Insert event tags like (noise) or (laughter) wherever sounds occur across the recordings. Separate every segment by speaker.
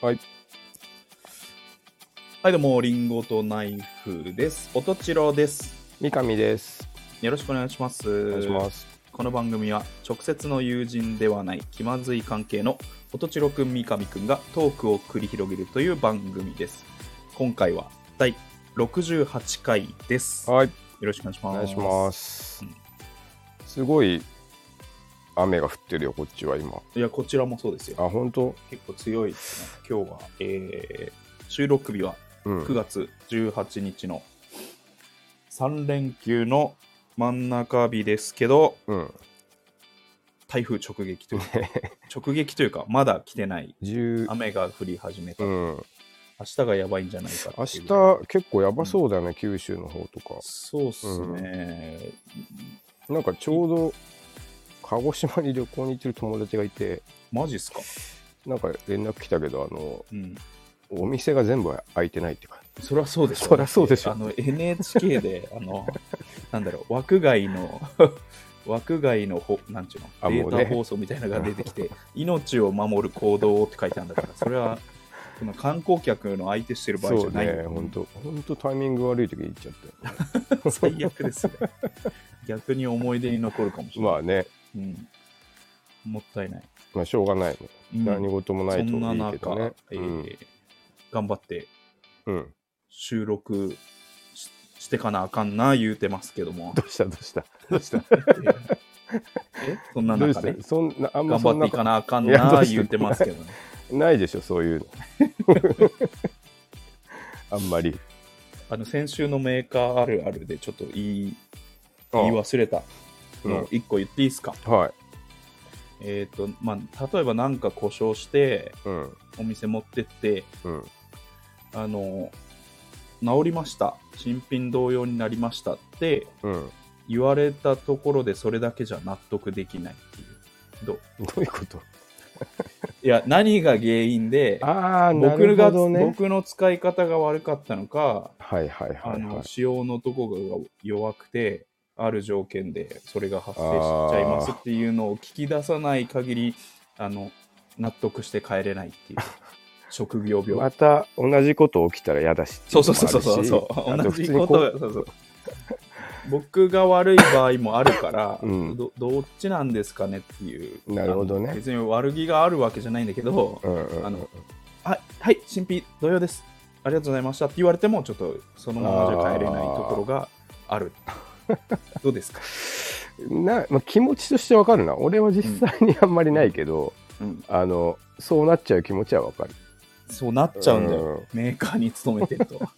Speaker 1: はい。はい、どうも、リンゴとナイフです。おとちろです。
Speaker 2: 三上です。
Speaker 1: よろしくお願いします。
Speaker 2: お願いします。
Speaker 1: この番組は、直接の友人ではない気まずい関係のおとちろくん、三上くんがトークを繰り広げるという番組です。今回は第68回です。よ
Speaker 2: はい、
Speaker 1: ろしくお願いしま
Speaker 2: お
Speaker 1: す。
Speaker 2: 願いします
Speaker 1: うん。
Speaker 2: すごい雨が降ってるよ、こっちは今。
Speaker 1: いや、こちらもそうですよ。
Speaker 2: あ、本当
Speaker 1: 結構強いですね。今日は、えー収録日は
Speaker 2: うん。
Speaker 1: 9月18日の3連休の真ん中日ですけど、
Speaker 2: うん。
Speaker 1: 台風直撃というか、直撃というか、まだ来てない、
Speaker 2: 十
Speaker 1: 雨が降り始めた、
Speaker 2: う
Speaker 1: 明
Speaker 2: ん。
Speaker 1: 日がやばいんじゃないか
Speaker 2: 明
Speaker 1: っていうぐらい
Speaker 2: 日結構やばそうだよね、九州の方とか。
Speaker 1: そうっすね、
Speaker 2: なんかちょうど鹿児島に旅行に行ってる友達がいて、
Speaker 1: マジっすか、
Speaker 2: なんか連絡来たけど、あの、
Speaker 1: うん、
Speaker 2: お店が全部開いてないって感
Speaker 1: そりゃそうでしょ、
Speaker 2: そりゃそうでしょ
Speaker 1: あの NHK で、
Speaker 2: (laughs)
Speaker 1: あの、なんだろう、枠外の、 (laughs) 枠外のほ、なんちゅう
Speaker 2: あ
Speaker 1: の、デ
Speaker 2: もうね
Speaker 1: ータ放送みたいなのが出てき
Speaker 2: (laughs)
Speaker 1: て、命を守る行動って書いてあるんだから、それは、その観光客の相手してる
Speaker 2: じ。
Speaker 1: 場合じ
Speaker 2: そ
Speaker 1: ゃ
Speaker 2: う
Speaker 1: ない、
Speaker 2: ね、本当本当タイミング悪い時に行っちゃって。
Speaker 1: 最悪ですね。逆に思い出に残るかもしれない。
Speaker 2: まあね、
Speaker 1: うん、もったいない。
Speaker 2: まあしょうがないね。
Speaker 1: うん
Speaker 2: 何事もないと
Speaker 1: そんない
Speaker 2: いけ
Speaker 1: 中、
Speaker 2: どね。
Speaker 1: えー
Speaker 2: うん
Speaker 1: 頑張って
Speaker 2: うん。
Speaker 1: 収録ししてかなあかんな言うてますけ
Speaker 2: (laughs)
Speaker 1: ども。
Speaker 2: どうしたどうしたどうした
Speaker 1: えそんな
Speaker 2: どう
Speaker 1: 中
Speaker 2: し
Speaker 1: で
Speaker 2: たそんなあんま
Speaker 1: 頑
Speaker 2: そ
Speaker 1: 張
Speaker 2: ん
Speaker 1: っ
Speaker 2: な
Speaker 1: ていかなあかん
Speaker 2: いやど
Speaker 1: な
Speaker 2: うして
Speaker 1: 言ってますけどね。
Speaker 2: ないでしょそういう
Speaker 1: (laughs)
Speaker 2: の。あんまり。
Speaker 1: あの先週のメーカーあるあるでちょっと言い
Speaker 2: ああ
Speaker 1: 言い忘れた
Speaker 2: う
Speaker 1: の
Speaker 2: ん
Speaker 1: 1個言っていいですか、
Speaker 2: はい。
Speaker 1: えっ、と、まあ、例えばなんか故障して
Speaker 2: うん
Speaker 1: お店持ってって、
Speaker 2: うん
Speaker 1: あの、治りました。新品同様になりましたって
Speaker 2: うん。
Speaker 1: 言われたところでそれだけじゃ納得できないっていう。どう
Speaker 2: どういうこと
Speaker 1: いや、何が原因で、
Speaker 2: ああな
Speaker 1: 僕
Speaker 2: る
Speaker 1: が、
Speaker 2: ほどね。
Speaker 1: 僕の使い方が悪かったのか、
Speaker 2: はいはいは
Speaker 1: あ
Speaker 2: い
Speaker 1: の、
Speaker 2: はい。
Speaker 1: 仕様のとこが弱くて、ある条件でそれが発生しちゃいますっていうのを聞き出さない限り、あの、納得して帰れな
Speaker 2: (laughs)
Speaker 1: いっていう、職業病。
Speaker 2: また同じこと起きたら嫌だしって
Speaker 1: そ
Speaker 2: いうの
Speaker 1: そ
Speaker 2: も
Speaker 1: うそうそうそ
Speaker 2: あ
Speaker 1: う。
Speaker 2: るしあ
Speaker 1: 同
Speaker 2: 普
Speaker 1: じ
Speaker 2: 通に
Speaker 1: こ
Speaker 2: う
Speaker 1: と。そうそう僕が悪い場合もあるから、
Speaker 2: うん
Speaker 1: どどっちなんですかねっていう。
Speaker 2: なるほどね
Speaker 1: あの別に悪気があるわけじゃないんだけど、
Speaker 2: うんうん
Speaker 1: あのはい、はい、新品同様です。ありがとうございましたって言われても、ちょっとそのままじゃ帰れないところがある。どうですか、
Speaker 2: な、まあ、気持ちとしてわかるな俺は実際にあんまりないけど、
Speaker 1: うん、
Speaker 2: あのそうなっちゃう気持ちはわかる
Speaker 1: そうなっちゃうんだよ、
Speaker 2: うん
Speaker 1: メーカーに勤めてると。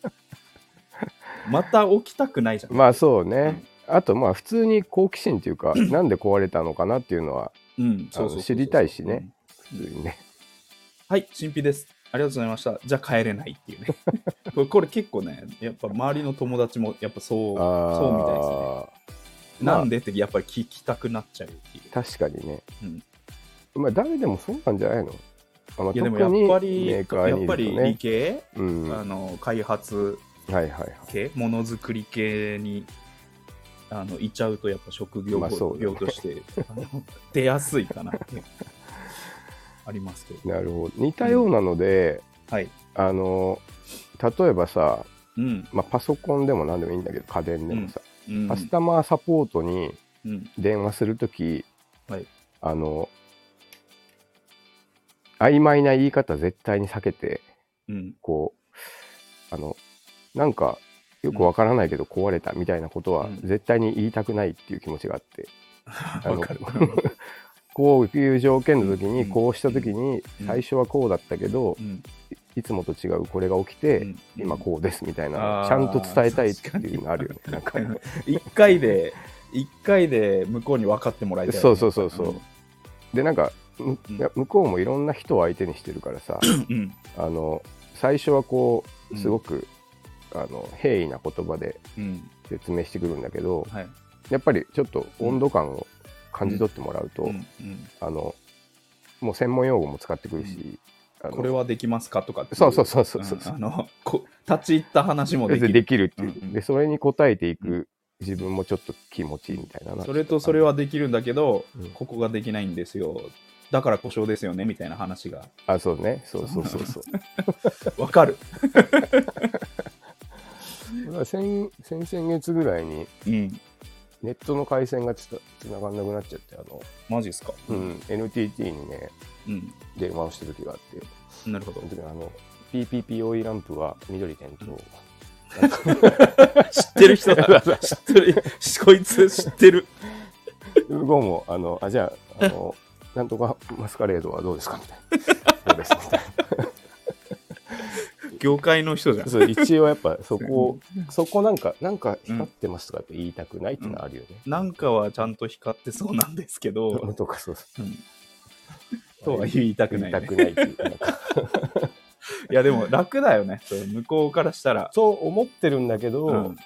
Speaker 1: また起きたくないじゃ
Speaker 2: (laughs)
Speaker 1: ん。
Speaker 2: まあそうね、あとまあ普通に好奇心っていう
Speaker 1: (coughs)
Speaker 2: かなんで壊れたのかなっていうのは
Speaker 1: うん、そうそうそうそう
Speaker 2: あの知りたいしね
Speaker 1: うん
Speaker 2: 普通にね
Speaker 1: はい、新品です。ありがとうございました。じゃあ帰れないっていうね。
Speaker 2: (laughs)
Speaker 1: これこれ結構ね、やっぱ周りの友達もやっぱそう、
Speaker 2: あ
Speaker 1: そうみたいですね。
Speaker 2: あまあ
Speaker 1: なんでってやっぱり聞きたくなっちゃうっていう。
Speaker 2: 確かにね、
Speaker 1: うん
Speaker 2: まあ誰でもそうなんじゃないのあまあ
Speaker 1: いやでも
Speaker 2: 特に
Speaker 1: やっぱり、
Speaker 2: メーカー
Speaker 1: やっ
Speaker 2: にい
Speaker 1: ぱ
Speaker 2: る
Speaker 1: り
Speaker 2: と
Speaker 1: 理
Speaker 2: ね
Speaker 1: 系、
Speaker 2: うんは
Speaker 1: あの開発
Speaker 2: いはいはい
Speaker 1: 系、ものづくり系にあのいちゃうとやっぱ職業
Speaker 2: まあそうだね
Speaker 1: 病として、あの出やすいかな
Speaker 2: (laughs)
Speaker 1: っていうありますけど。
Speaker 2: なるほど似たようなので、
Speaker 1: はい。
Speaker 2: あの例えばさ、
Speaker 1: うん。
Speaker 2: まあ、パソコンでも何でもいいんだけど家電でもさ、
Speaker 1: うん
Speaker 2: カスタマーサポートに
Speaker 1: うん。
Speaker 2: 電話するとき、
Speaker 1: はい
Speaker 2: あの曖昧な言い方絶対に避けて
Speaker 1: うん。
Speaker 2: こうあのなんかよくわからないけど壊れたみたいなことは
Speaker 1: うん
Speaker 2: 絶対に言いたくないっていう気持ちがあって、あ
Speaker 1: わ
Speaker 2: の
Speaker 1: かるわかる。
Speaker 2: こういう条件の時に、
Speaker 1: うん
Speaker 2: こうした時に
Speaker 1: うん
Speaker 2: 最初はこうだったけど、
Speaker 1: うん。
Speaker 2: いつもと違うこれが起きて、
Speaker 1: うん
Speaker 2: 今こうですみたい
Speaker 1: あ
Speaker 2: な
Speaker 1: ー
Speaker 2: ちゃんと伝えたいっていうのあるよねなんか
Speaker 1: うん一回で一回で向こうに分かってもらいたい、
Speaker 2: そうそうそうそうでなんかむ
Speaker 1: うん
Speaker 2: いや向こうもいろんな人を相手にしてるからさ
Speaker 1: うん、
Speaker 2: あの最初はこ
Speaker 1: う
Speaker 2: うんすごく、あの平易な言葉で
Speaker 1: うん、
Speaker 2: 説明してくるんだけど
Speaker 1: はい、
Speaker 2: やっぱりちょっと温度感を感じ取ってもらうと、
Speaker 1: うんうん、
Speaker 2: あのもう専門用語も使ってくるし、あの
Speaker 1: これはできますかとかってい
Speaker 2: そうそうそうそううそう、
Speaker 1: んあのこ立ち入った話もで
Speaker 2: 別
Speaker 1: き
Speaker 2: に
Speaker 1: る
Speaker 2: できるっていう、
Speaker 1: うんうん
Speaker 2: でそれに応えていく自分もちょっと気持ちいいみたいな
Speaker 1: それとそれ
Speaker 2: は
Speaker 1: はできるんだけど、
Speaker 2: うん
Speaker 1: ここができないんですよだから故障ですよねみたいな話が
Speaker 2: あ、そうね。そうそうそうそう。
Speaker 1: わかる。
Speaker 2: だから先先々月ぐらいに
Speaker 1: うん。
Speaker 2: ネットの回線がつたつながんなくなっちゃって、あの、
Speaker 1: マジっすか。
Speaker 2: うん、NTT にね、
Speaker 1: うん。
Speaker 2: 電話をした時があって、
Speaker 1: なるほ
Speaker 2: そ
Speaker 1: ど
Speaker 2: の。時あの、PPPOE ランプは緑点灯。
Speaker 1: 知ってる人
Speaker 2: (laughs)
Speaker 1: だ。知ってる。こいつ知ってる。
Speaker 2: 向こうも、あの、あ、じゃあ、あの、 (laughs) なんとかマスカレードはどうですかみたいな。どうですみたい
Speaker 1: 業界の人じゃ
Speaker 2: な。
Speaker 1: ん。
Speaker 2: そう、一応やっぱそこ、そこなんか、なんか光ってますとかやっぱ言いたくないっていうのはあるよね。
Speaker 1: なんかはちゃんと光ってそうなんですけど、
Speaker 2: とかそうそう
Speaker 1: うんとは言いたく
Speaker 2: 言
Speaker 1: な
Speaker 2: い
Speaker 1: い、
Speaker 2: た
Speaker 1: ね
Speaker 2: く。ないっていうかなんか
Speaker 1: いや、でも楽だよね。それ向こうからしたら。
Speaker 2: そう思ってるんだけど、
Speaker 1: うん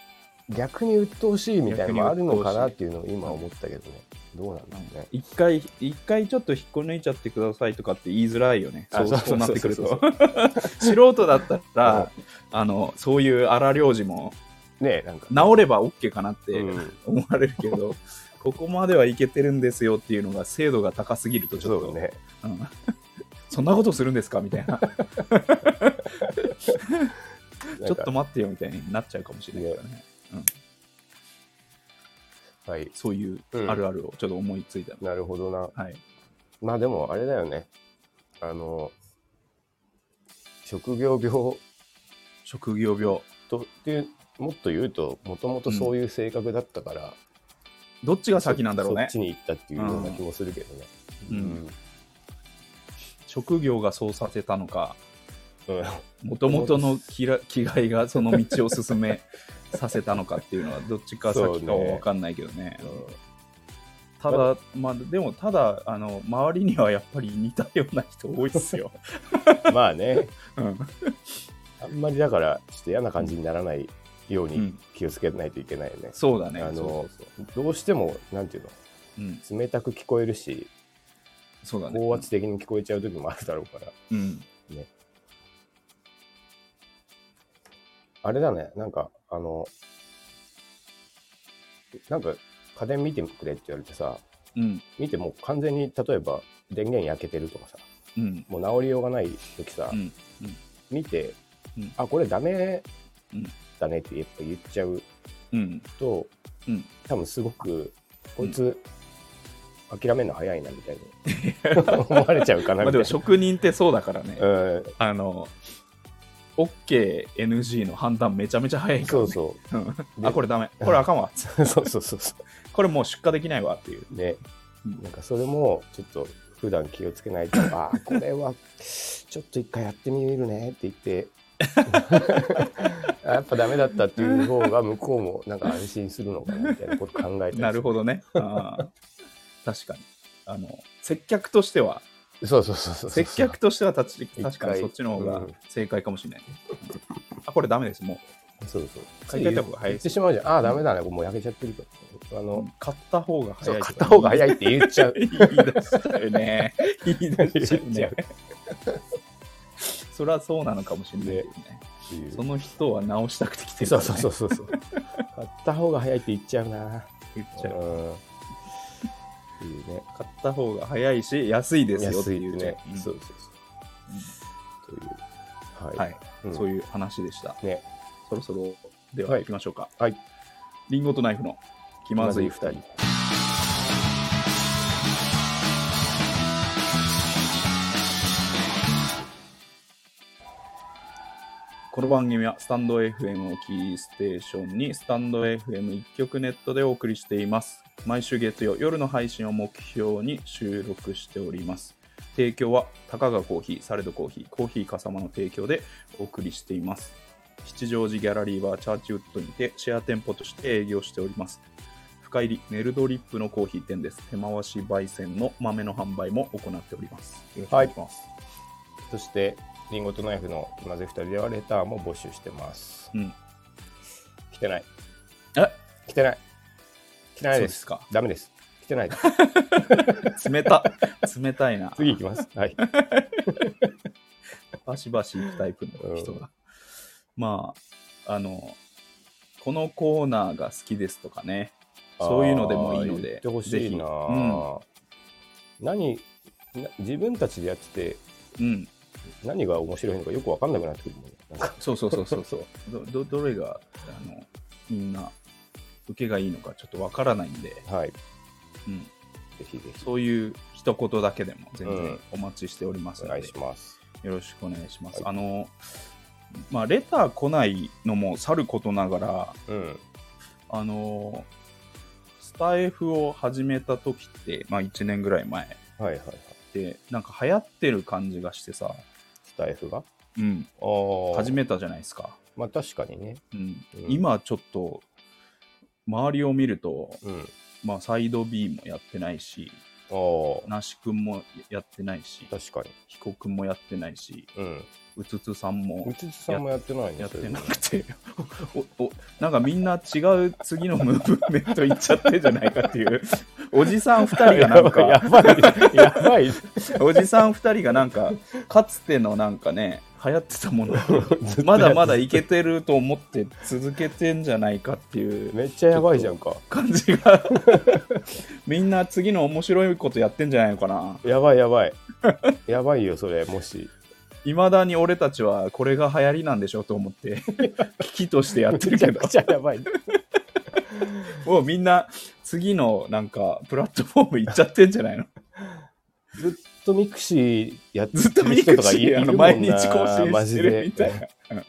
Speaker 2: 逆に鬱陶しいみたいなのもあるのかなっていうのを今思ったけどね。どうなんだろうね。
Speaker 1: 一回、一回ちょっと引っこ抜いちゃってくださいとかって言いづらいよね。そ
Speaker 2: あ
Speaker 1: う
Speaker 2: そう
Speaker 1: そうなってくる
Speaker 2: そう
Speaker 1: と。素人だったら、あの、そういう荒療治も
Speaker 2: ねえ、なんか。
Speaker 1: 治れば OK かなって
Speaker 2: うん
Speaker 1: 思われるけど、ここまではいけてるんですよっていうのが精度が高すぎるとち
Speaker 2: そ
Speaker 1: ょっ
Speaker 2: う
Speaker 1: と、
Speaker 2: だね。
Speaker 1: うん、 (laughs) そんなことするんですかみ
Speaker 2: (laughs)
Speaker 1: たいな
Speaker 2: なん
Speaker 1: ちょ
Speaker 2: か
Speaker 1: っと待ってよみたいになっちゃうかもしれないからね
Speaker 2: はい。
Speaker 1: そういう
Speaker 2: うん
Speaker 1: あるあるをちょっと思いついたの、
Speaker 2: なるほどな。
Speaker 1: はい
Speaker 2: まあでもあれだよね。あの、職業病
Speaker 1: 職業病
Speaker 2: とっていう、もっと言うと、もともとそういう性格だったから、
Speaker 1: どっちが先なんだろうね
Speaker 2: そっちに行ったっていうような気もするけどね。
Speaker 1: うん職業がそうさせたのか
Speaker 2: うん。うん
Speaker 1: もともとのきら (laughs) 気概がその道を進めさせたのかっていう
Speaker 2: (laughs)
Speaker 1: のはどっちか先かは分かんないけどねただまあでもただあの周りにはやっぱり似たような人多いっす
Speaker 2: (laughs)
Speaker 1: よ、
Speaker 2: まあね、
Speaker 1: うん
Speaker 2: あんまりだから、ちょっと嫌な感じにならないよう
Speaker 1: う
Speaker 2: に
Speaker 1: ん
Speaker 2: 気をつけないといけないよね。
Speaker 1: そうだね
Speaker 2: あの
Speaker 1: そうそうそ
Speaker 2: どうしても、なんていう
Speaker 1: ううん
Speaker 2: の、冷たく聞こえるし、
Speaker 1: そうだね
Speaker 2: 高圧的に聞こえちゃう時もあるだろうから。
Speaker 1: うん
Speaker 2: あれだね、なんか、あの、なんか家電見てくれって言われてさ、
Speaker 1: うん
Speaker 2: 見てもう完全に例えば電源焼けてるとかさ、
Speaker 1: うん
Speaker 2: もう治りようがない時さ、
Speaker 1: うん
Speaker 2: 見て、
Speaker 1: うん
Speaker 2: あ、これダメ
Speaker 1: うん
Speaker 2: だねってやっぱ言っちゃう
Speaker 1: うん
Speaker 2: と、
Speaker 1: うん
Speaker 2: 多分すごく、こいつ、諦めるの早いなみたいな思われちゃうかな
Speaker 1: (laughs) ま
Speaker 2: みたい
Speaker 1: あでも
Speaker 2: な。
Speaker 1: 職人ってそうだからね、
Speaker 2: うん
Speaker 1: あの OKNG の判断めちゃめちゃ早いか
Speaker 2: そ
Speaker 1: ら、
Speaker 2: う
Speaker 1: ね、
Speaker 2: そ
Speaker 1: うん
Speaker 2: で
Speaker 1: あこれダメこれ
Speaker 2: (laughs)
Speaker 1: あかんわ
Speaker 2: う。そうそうそうそ
Speaker 1: これもう出荷できないわっていう
Speaker 2: う。ね。
Speaker 1: うん
Speaker 2: なんかそれもちょっと普段気をつけないとあーこれはちょっと一回やってみるねって言ってあやっぱダメだったっていう方が向こうもなんか安心するのかなみたいなこと考えたり
Speaker 1: なるほどねあー確かにあの接客としては
Speaker 2: どそうそうそうそう
Speaker 1: 接客としては確か確かに
Speaker 2: 一回
Speaker 1: そっちの方
Speaker 2: う
Speaker 1: が
Speaker 2: ん
Speaker 1: 正解かもしれない、あこれダメですも
Speaker 2: そうそう
Speaker 1: 買い替えた方が早い
Speaker 2: 言ってしまうじゃんああダメだねもう焼けちゃってるからあ
Speaker 1: う、
Speaker 2: の、
Speaker 1: 買った方が
Speaker 2: そ
Speaker 1: 早
Speaker 2: う
Speaker 1: い
Speaker 2: 買った方が
Speaker 1: い
Speaker 2: 早いって言っちゃう
Speaker 1: 言い出しちゃうね言い出しちゃう
Speaker 2: (laughs) 言
Speaker 1: ね
Speaker 2: っ
Speaker 1: (laughs) そりゃそうなのかもしれないけどね
Speaker 2: っていう
Speaker 1: その人は直したくて来てるか
Speaker 2: そ
Speaker 1: ら、
Speaker 2: う
Speaker 1: ね、
Speaker 2: そうそうそうそう買った方が早いって言っちゃうな
Speaker 1: 言っちゃう
Speaker 2: うんっていうね
Speaker 1: 買った方が早いし安いですよって
Speaker 2: 安
Speaker 1: い
Speaker 2: いうね
Speaker 1: う。ん
Speaker 2: そうそうそう。という。はい。
Speaker 1: はい、
Speaker 2: ん
Speaker 1: そういう話でした
Speaker 2: ね。
Speaker 1: そろそろでは
Speaker 2: はい
Speaker 1: 行きましょうか
Speaker 2: はい。
Speaker 1: リンゴとナイフの気まずい2人この番組はスタンド FM をキーステーションにスタンド FM1 曲ネットでお送りしています毎週月曜夜の配信を目標に収録しております提供はたかがコーヒーサレドコーヒーコーヒーかさまの提供でお送りしています吉祥寺ギャラリーはチャーチウッドにてシェア店舗として営業しております深入りネルドリップのコーヒー店です手回し焙煎の豆の販売も行っておりますよろしくお願いします、
Speaker 2: そして、リンゴとナイフの気まずい二人ではレターも募集してます。
Speaker 1: うん
Speaker 2: 来てない。
Speaker 1: え
Speaker 2: 来てない。来てない
Speaker 1: そう
Speaker 2: で。
Speaker 1: ですすか
Speaker 2: ダメです。来てないです。
Speaker 1: (laughs) 冷た冷たいな
Speaker 2: 次行きます。
Speaker 1: (laughs)
Speaker 2: はい。
Speaker 1: バシバシ行くタイプの人が、まああのこのコーナーが好きですとかねそういうのでもいいの
Speaker 2: あー言
Speaker 1: で
Speaker 2: ってほしいな
Speaker 1: ぜ
Speaker 2: 何、な自分たちでやってて
Speaker 1: うん、
Speaker 2: 何が面白いのかよく分かんなくなってくるもんねなんか
Speaker 1: そうそうそ
Speaker 2: (laughs)
Speaker 1: うそうそうどどどれがあのみんな受けがいいのかちょっとわからないんで、
Speaker 2: はい
Speaker 1: うん、
Speaker 2: ぜひぜひ
Speaker 1: そういう一言だけでも全
Speaker 2: う
Speaker 1: 然
Speaker 2: ん
Speaker 1: お待ちしております
Speaker 2: お
Speaker 1: の
Speaker 2: 願
Speaker 1: で、
Speaker 2: いします
Speaker 1: よろしくお願いします。
Speaker 2: は
Speaker 1: あのまあ、レター来ないのもさることながら、
Speaker 2: うん
Speaker 1: あのスタイフを始めた時って、まあ、1年ぐらい前
Speaker 2: はいはいはい
Speaker 1: でなんか流行ってる感じがしてさ、
Speaker 2: スタイフが
Speaker 1: うん、
Speaker 2: ああ
Speaker 1: 始めたじゃないですか、
Speaker 2: まあ確かにね
Speaker 1: うん
Speaker 2: うん
Speaker 1: 今ちょっと周りを見ると、
Speaker 2: うん
Speaker 1: まあ、サイド B もやってないし
Speaker 2: あ
Speaker 1: 那須君もやってないし
Speaker 2: あ確かに
Speaker 1: 彦君もやってないし
Speaker 2: うん
Speaker 1: うつつさんも
Speaker 2: うつつさんもやってないね
Speaker 1: やってな
Speaker 2: そ
Speaker 1: くて、 (laughs) おおなんかみんな違う次のムーブメント行っちゃってんじゃないかっていう、おじさん2
Speaker 2: れ
Speaker 1: (laughs) 人がなん
Speaker 2: (laughs) や
Speaker 1: か、
Speaker 2: ばいやばい
Speaker 1: おじさん2人がなんか、かつてのなんかね、流行ってたものを、
Speaker 2: (laughs) ずっと
Speaker 1: まだまだ
Speaker 2: や
Speaker 1: いけてると思って続けてんじゃないかっていう
Speaker 2: めっちゃやばいじゃんか
Speaker 1: 感じが、 (laughs) みんな次の面白いことやってんじゃないのかな。
Speaker 2: やばいやばいやばいよそれもし
Speaker 1: いまだに俺たちはこれが流行りなんでしょと思って、 (laughs) 危機としてやってる
Speaker 2: めち
Speaker 1: け
Speaker 2: ゃ
Speaker 1: ど
Speaker 2: く。ちゃや (laughs) ばい
Speaker 1: もうみんな次のなんかプラットフォーム行っちゃってんじゃないの
Speaker 2: ずっとミクシーやって
Speaker 1: ずっと
Speaker 2: る
Speaker 1: ミ
Speaker 2: 人
Speaker 1: ク
Speaker 2: とかい
Speaker 1: シ
Speaker 2: る
Speaker 1: ーあの
Speaker 2: いるもんな
Speaker 1: 毎日更新してるみたいな。うん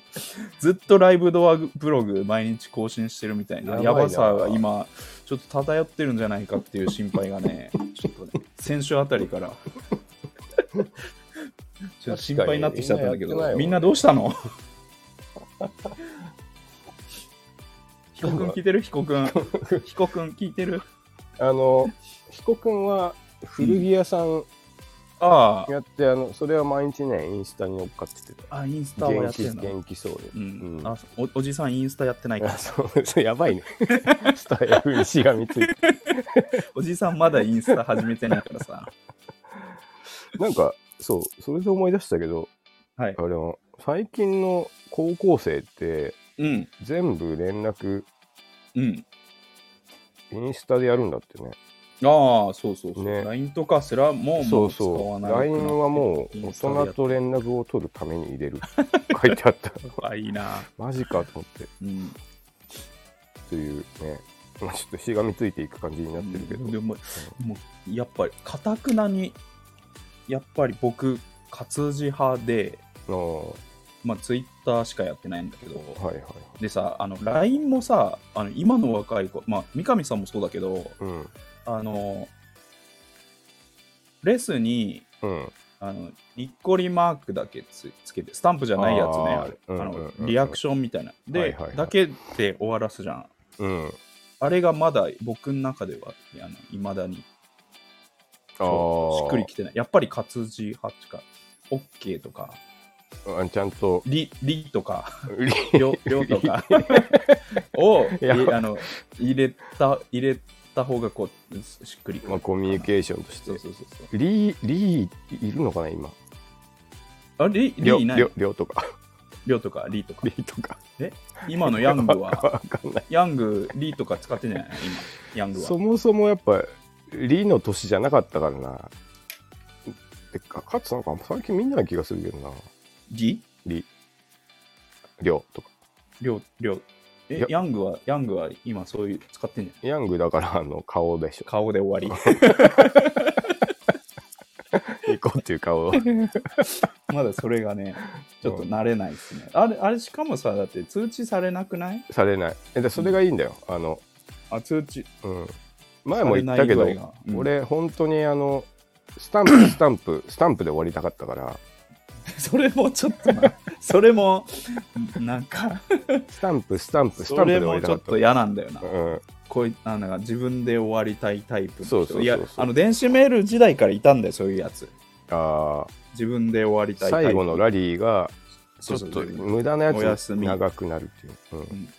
Speaker 1: ずっとライブドアブログ毎日更新してるみたいな
Speaker 2: や
Speaker 1: や
Speaker 2: ばいな
Speaker 1: ばさが今ちょっと漂ってるんじゃないかっていう心配がねちょっとね先週あたり
Speaker 2: (laughs)
Speaker 1: からちょっと心配になってきちゃったんだけ
Speaker 2: 確か
Speaker 1: ど
Speaker 2: に
Speaker 1: みんなどうし
Speaker 2: (laughs)
Speaker 1: たの彦君聞いてる
Speaker 2: (laughs)
Speaker 1: 彦君彦君聞いてる
Speaker 2: あの彦君は古着屋さん
Speaker 1: ああ
Speaker 2: やって、あのそれは毎日ねインスタに乗っかってて
Speaker 1: あ、インスタをや
Speaker 2: 元
Speaker 1: って
Speaker 2: 気
Speaker 1: るの。
Speaker 2: 元気そうで、
Speaker 1: うん
Speaker 2: うん
Speaker 1: あおおじさんインスタやってない
Speaker 2: い
Speaker 1: か
Speaker 2: や
Speaker 1: ら
Speaker 2: そうそうやばいね (laughs) スタイフにしがみついて
Speaker 1: おじさんまだインスタ始めてないか
Speaker 2: (laughs)
Speaker 1: らさ
Speaker 2: なんかそうそれで思い出したけど
Speaker 1: はい
Speaker 2: あの最近の高校生って
Speaker 1: うん
Speaker 2: 全部連絡
Speaker 1: うん
Speaker 2: インスタでやるんだってね
Speaker 1: ああそうそうそう、
Speaker 2: ね
Speaker 1: LINE とかすらもう
Speaker 2: そう
Speaker 1: もう使
Speaker 2: そ
Speaker 1: わ
Speaker 2: う。
Speaker 1: ない
Speaker 2: LINE はもう大人と連絡を取るために入れる。書いてあった。
Speaker 1: (laughs) あいいな
Speaker 2: マジかと思って。
Speaker 1: うん
Speaker 2: というね。まあちょっとしがみついていく感じになってるけど。
Speaker 1: でももうやっぱりかたくなにやっぱり僕活字派で
Speaker 2: の
Speaker 1: まあツイッターしかやってないんだけど
Speaker 2: はいはいはい。
Speaker 1: でさあの LINE もさあの今の若い子まあ三上さんもそうだけど
Speaker 2: うん。
Speaker 1: あのレスに
Speaker 2: うん。
Speaker 1: あのにっこりマークだけつつけてスタンプじゃないやつね
Speaker 2: あー
Speaker 1: あれあ
Speaker 2: うんうんうん
Speaker 1: の
Speaker 2: うん
Speaker 1: リアクションみたいなで、
Speaker 2: はいはいはい
Speaker 1: だけで終わらすじゃん
Speaker 2: うん。
Speaker 1: あれがまだ僕の中ではいまだにし
Speaker 2: あー
Speaker 1: っくりきてないやっぱり活字派っていうか OK とか
Speaker 2: あちゃんと。
Speaker 1: りりと
Speaker 2: (laughs)
Speaker 1: か
Speaker 2: リ
Speaker 1: りょりょ
Speaker 2: (laughs)
Speaker 1: とかを
Speaker 2: いや
Speaker 1: いあの入れた入れた方がこうししっくりくる
Speaker 2: まあコミュニケーションとし
Speaker 1: そう
Speaker 2: て。
Speaker 1: そうそうそう
Speaker 2: リー、リーいるのかな今。
Speaker 1: あり
Speaker 2: りょ、
Speaker 1: りいない
Speaker 2: りょりょとか。 (laughs)
Speaker 1: りょとかりとか
Speaker 2: リーとか。
Speaker 1: 今のヤングは
Speaker 2: (laughs) わかんない。
Speaker 1: ヤング、リーとか使ってんじゃない今、ヤングは。
Speaker 2: そもそもやっぱリの年じゃなかったからな。てか、かつなんか最近みんなな気がするけどな。
Speaker 1: ギ
Speaker 2: リ、リョとか。
Speaker 1: りょう、りょう。え
Speaker 2: や、
Speaker 1: ヤングは、ヤングは今そういう、使ってんじゃない
Speaker 2: ヤングだからあの顔でしょ。
Speaker 1: 顔で終
Speaker 2: (laughs)
Speaker 1: わ
Speaker 2: 行こうっていう顔。
Speaker 1: (laughs) り。まだそれがね、ちょっと慣れないですね。あれ、あれしかもさ、だって通知されなくない
Speaker 2: されない。えでそれがいいんだよ。あの、
Speaker 1: あ、通知。 (laughs)
Speaker 2: うん。前も言ったけど
Speaker 1: されない具合が、うん
Speaker 2: 俺本当にあの、スタンプ、スタンプ、スタンプで終わりたかったから、
Speaker 1: それもちょっと
Speaker 2: (laughs)
Speaker 1: な、それも、なんか、
Speaker 2: スタンプ、スタンプ、スタ
Speaker 1: そ
Speaker 2: ンプで
Speaker 1: れ
Speaker 2: 終わりた
Speaker 1: もち
Speaker 2: か
Speaker 1: ょ
Speaker 2: っ
Speaker 1: ったと。嫌なんだよな。
Speaker 2: うん、
Speaker 1: こういあなんか自分で終わりたいタイプの人。
Speaker 2: そうそうそうそう
Speaker 1: や、あの、電子メール時代からいたんだよ、そういうやつ。
Speaker 2: あ
Speaker 1: 自分で終わり
Speaker 2: ー
Speaker 1: たいタイプ。
Speaker 2: 最後のラリーがち
Speaker 1: そ
Speaker 2: ょ
Speaker 1: う
Speaker 2: っ
Speaker 1: そう
Speaker 2: と無駄な
Speaker 1: お
Speaker 2: やつ
Speaker 1: 休み
Speaker 2: 長くなるっていう。うん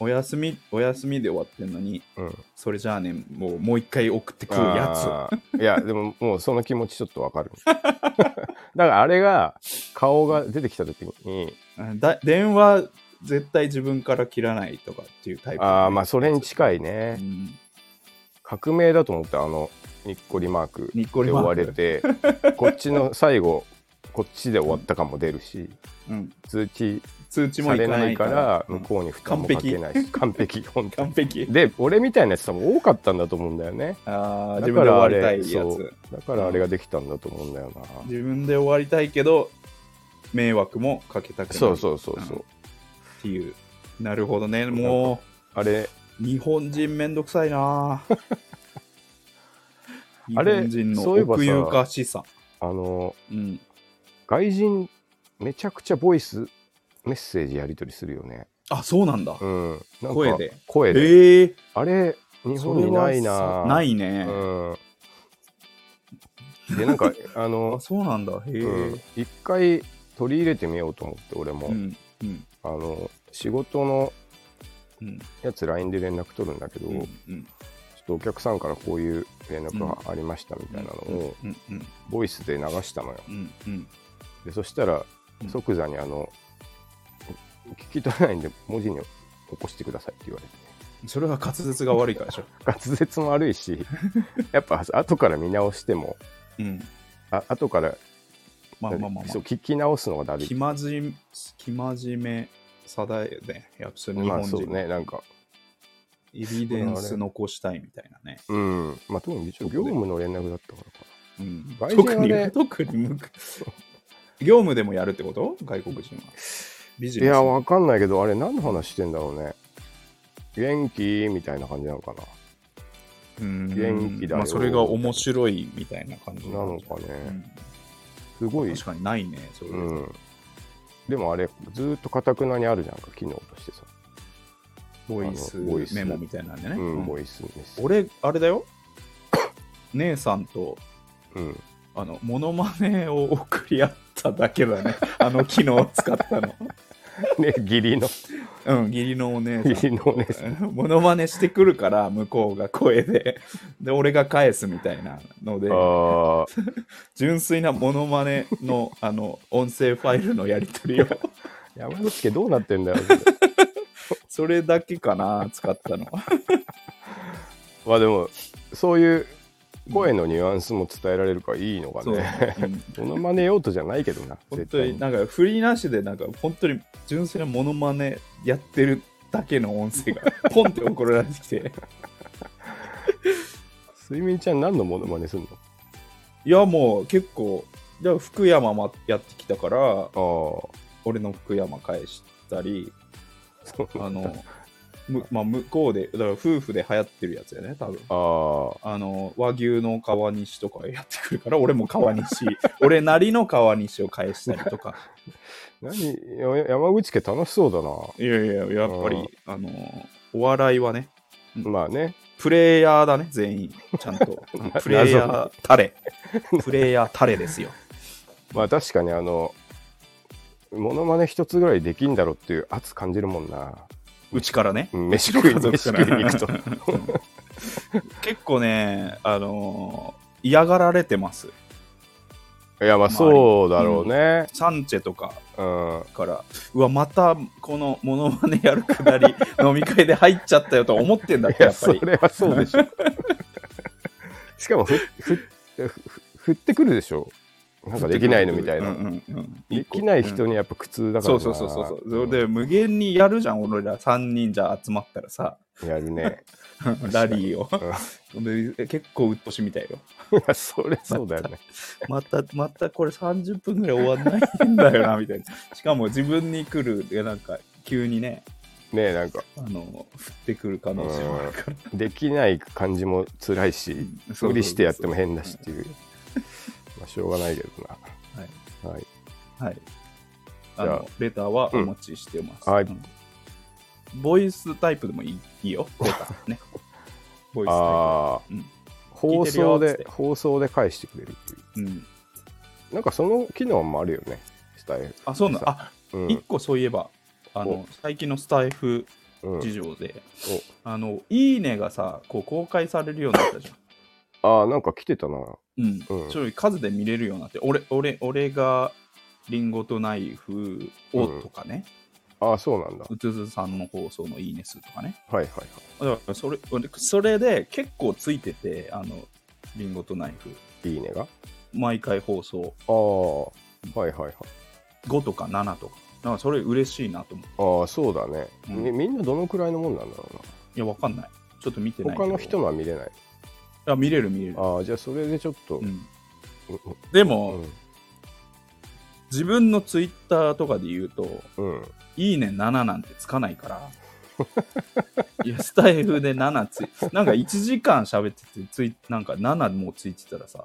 Speaker 1: お休み、お休みで終わってんのに、
Speaker 2: うん、
Speaker 1: それじゃあね、もうもう一回送ってくるや
Speaker 2: ついやでももうその気持ちちょっとわかる (laughs) だからあれが顔が出てきた時に
Speaker 1: つうん。だ電話、絶対自分から切らないとかっていうタイプ。
Speaker 2: ああまあそれに
Speaker 1: い。
Speaker 2: 近いうね
Speaker 1: ん、
Speaker 2: 革命だと思ったあのにっこりマーク
Speaker 1: にっこり
Speaker 2: で
Speaker 1: マ
Speaker 2: 終わ
Speaker 1: ー
Speaker 2: れ
Speaker 1: ク
Speaker 2: てこっちの最後こっちで終わったかも出るし
Speaker 1: うん、
Speaker 2: 通知
Speaker 1: 通知も
Speaker 2: さ
Speaker 1: い
Speaker 2: れ
Speaker 1: か
Speaker 2: な
Speaker 1: ない
Speaker 2: い
Speaker 1: か
Speaker 2: からら
Speaker 1: うん
Speaker 2: 向こうに負担もかけないし完璧本当に
Speaker 1: 完璧
Speaker 2: で俺みたいなやつ多分多かったんだと思うんだよね
Speaker 1: あー
Speaker 2: だ
Speaker 1: 自
Speaker 2: か
Speaker 1: 分で
Speaker 2: らあ
Speaker 1: 終
Speaker 2: れ
Speaker 1: わりたいや
Speaker 2: そう
Speaker 1: つ
Speaker 2: だからあれができたんだと思うんだよな、
Speaker 1: 自分で終わりたいけど迷惑もかけたくない
Speaker 2: そうそうそうそう、
Speaker 1: うんっていうなるほどねも
Speaker 2: あれ
Speaker 1: う日本人めんどくさいな
Speaker 2: (laughs)
Speaker 1: 日
Speaker 2: あれ
Speaker 1: 本人の
Speaker 2: そういえばさ
Speaker 1: 奥ゆかしさ
Speaker 2: あの
Speaker 1: うん
Speaker 2: 外人めちゃくちゃボイスメッセージやり取りするよね
Speaker 1: あそうなんだ
Speaker 2: うんなんか
Speaker 1: 声で
Speaker 2: 声で
Speaker 1: ええ
Speaker 2: あれ日本にないな
Speaker 1: ないね、
Speaker 2: うん、でなん
Speaker 1: (laughs)
Speaker 2: かあ
Speaker 1: あ
Speaker 2: の、
Speaker 1: そうなんだへえ、
Speaker 2: うん一回取り入れてみようと思って俺も、
Speaker 1: うんうん
Speaker 2: あの仕事の
Speaker 1: うん
Speaker 2: やつ LINE で連絡取るんだけど、
Speaker 1: うん
Speaker 2: ちょっとお客さんからこういう連絡がありましたみたいなのを
Speaker 1: うんうん
Speaker 2: ボイスで流したのよ
Speaker 1: うんうん
Speaker 2: でそしたら
Speaker 1: うん
Speaker 2: 即座にあの聞き取れないんで文字に起こしてくださいって言われて
Speaker 1: それは滑舌が悪いか
Speaker 2: (laughs)
Speaker 1: らでしょ、
Speaker 2: 滑舌も悪い
Speaker 1: (laughs)
Speaker 2: しやっぱ後から見直しても
Speaker 1: うん、
Speaker 2: あ後から
Speaker 1: まあまあまあ、ま
Speaker 2: そう
Speaker 1: あ、
Speaker 2: 聞き直すのがだるい
Speaker 1: 気まじい気まじめさだよねやっぱそれ日
Speaker 2: まあ
Speaker 1: 本
Speaker 2: そ
Speaker 1: 人、
Speaker 2: うねなんか
Speaker 1: エビデンス残したいみたいなね、
Speaker 2: うんまあ特に一応業務の連絡だったからか
Speaker 1: うん、
Speaker 2: 外人
Speaker 1: 特
Speaker 2: はね
Speaker 1: に特に向く
Speaker 2: (laughs)
Speaker 1: 業務でもやるってこと外国人はビジ
Speaker 2: な
Speaker 1: ネ
Speaker 2: い
Speaker 1: ス
Speaker 2: やわかんないけどあれ何の話してんだろうね元気みたいな感じなのかな
Speaker 1: うん
Speaker 2: 元気だよ
Speaker 1: まあ、それが面白いみたいな感じ
Speaker 2: なのか
Speaker 1: う
Speaker 2: ね、
Speaker 1: ん
Speaker 2: すごい
Speaker 1: 確かにないねそういう、
Speaker 2: うんでもあれずーっとかたくなにあるじゃんか機能としてさ、
Speaker 1: ボイス
Speaker 2: あのボイス
Speaker 1: メモみたいなんでね、
Speaker 2: うん
Speaker 1: うん
Speaker 2: ボイスメッセージ
Speaker 1: 俺あれだよ (coughs) 姉さんと
Speaker 2: うん (laughs)
Speaker 1: あのモノマネを送り合っただ
Speaker 2: (laughs)
Speaker 1: けだねあの機能を使ったの
Speaker 2: ね義理の
Speaker 1: うん義理のお姉
Speaker 2: 義
Speaker 1: さ
Speaker 2: 理のお姉さん
Speaker 1: んモノマネしてくるから向こうが声でで俺が返すみたいなので
Speaker 2: あー
Speaker 1: 純粋なモノマネのあの音声ファイルのやり取りを
Speaker 2: (laughs) 山口家どうなって
Speaker 1: (laughs)
Speaker 2: んだよ
Speaker 1: それだけかな使ったの
Speaker 2: まあでもそういう声のニュアンスも伝えられるからいいのが
Speaker 1: そう、
Speaker 2: ね
Speaker 1: うん
Speaker 2: モノマネ用途じゃないけどな
Speaker 1: 本
Speaker 2: 絶
Speaker 1: 当
Speaker 2: 対
Speaker 1: になんか振りなしでなんか本当に純粋なモノマネやってるだけの音声 (laughs) がポンって怒られてきて
Speaker 2: 睡眠ちゃん何のモノマネする
Speaker 1: いやもう結構じゃあ福山まやってきたから
Speaker 2: のああ
Speaker 1: 俺の福山返したり
Speaker 2: そう
Speaker 1: あのむまあ、向こうでだから夫婦で流行ってるやつやね多分
Speaker 2: (laughs) あ
Speaker 1: あの和牛の川西とかやってくるから俺も川 (laughs) 西俺なりの川西を返したりとか
Speaker 2: あ何や山口家楽しそうだない
Speaker 1: やいややっぱりあのお笑いはね
Speaker 2: まあね
Speaker 1: プレイヤーだね全員ちゃ
Speaker 2: (laughs)
Speaker 1: んとプレイヤータレプレイヤータ
Speaker 2: (laughs)
Speaker 1: レですよ
Speaker 2: まあ確かにあのモノマネ一つぐらいできんだろうっていう圧感じるもんな
Speaker 1: うちからね
Speaker 2: うん飯食いに飯
Speaker 1: 家族
Speaker 2: 食
Speaker 1: から
Speaker 2: いに行くと
Speaker 1: 結構ねあの嫌がられてます
Speaker 2: いやまあそうだろうね
Speaker 1: サンチェとか
Speaker 2: うん、
Speaker 1: からうわまたこのモノマネやるく
Speaker 2: (laughs)
Speaker 1: だり飲み会で入っちゃったよと思ってんだっ
Speaker 2: い
Speaker 1: てや
Speaker 2: や
Speaker 1: っぱ
Speaker 2: そ
Speaker 1: り
Speaker 2: れはそうでし
Speaker 1: (laughs)
Speaker 2: ょしかもふふふ振ってくるでしょなんかできないのみたいな、
Speaker 1: うんうんうん
Speaker 2: できない人にやっぱ苦痛だから
Speaker 1: そ
Speaker 2: な
Speaker 1: うそうそうそうそう。それで、無限にやるじゃん、俺ら3人じゃ集まったらさ、
Speaker 2: やるね。
Speaker 1: (laughs) ラリーを。で結構うっとうしみたいよ。
Speaker 2: いやそれそうだよね。
Speaker 1: また、またこれ30分ぐらい終わんないんだよな、みたいな。 (laughs) しかも自分に来る、いやなんか、急にね、
Speaker 2: ねえなんか
Speaker 1: あの、降ってくる可能性もあるから。
Speaker 2: できない感じも辛いし、
Speaker 1: うんそうそうそう
Speaker 2: 無理してやっても変だしっていう。まあしょうがないけど
Speaker 1: はい。
Speaker 2: な。はい。
Speaker 1: はい。
Speaker 2: じゃ
Speaker 1: あ
Speaker 2: あ
Speaker 1: の、レターはお待ちしてます。
Speaker 2: うんはい
Speaker 1: うんボイスタイプでもいいい
Speaker 2: (laughs)
Speaker 1: いよ、レターね。ボイスタ
Speaker 2: ああ
Speaker 1: イプ。うん
Speaker 2: 放送
Speaker 1: 聞いてるよっつっ
Speaker 2: で
Speaker 1: て
Speaker 2: 放送で返してくれるってい
Speaker 1: うん、
Speaker 2: う。なんかその機能もあるよね。スタイル。
Speaker 1: あ、そうなんあ、
Speaker 2: うん
Speaker 1: 一個そういえばあの最近のスタイフ
Speaker 2: うん
Speaker 1: 事情で、あのいいねがさこう公開されるようになったじゃん。
Speaker 2: ああなんか来てたな。
Speaker 1: うん、
Speaker 2: うん
Speaker 1: ちょい数で見れるようになって俺俺俺がリンゴとナイフを
Speaker 2: うん
Speaker 1: とかね、
Speaker 2: ああそうなんだ。
Speaker 1: うつづさんの放送のいいね数とかね
Speaker 2: はいはいはい。
Speaker 1: だからそれ俺それで結構ついててあのリンゴとナイフ。
Speaker 2: いいねが。あ
Speaker 1: 毎回放送
Speaker 2: あー、はいはいはい。
Speaker 1: 5とか7とか。なんかそれ嬉しいなと思う。
Speaker 2: ああ、そうだね、
Speaker 1: うん
Speaker 2: みみんなどのくらいのもんなんだろう
Speaker 1: いや、わかんない。ちょっと見てな
Speaker 2: な。
Speaker 1: いけど。
Speaker 2: 他の人のは見れない。
Speaker 1: あ見れる見れる。
Speaker 2: ああ、じゃあそれでちょっと。
Speaker 1: う
Speaker 2: うん
Speaker 1: ん、で
Speaker 2: う
Speaker 1: も、
Speaker 2: ん。
Speaker 1: 自分のツイッターとかで言うと、
Speaker 2: うん。
Speaker 1: いいね7なんてつかないから。いや、スタイフで7つい、なんか1時間喋ってて、ついなんか7もついてたらさ、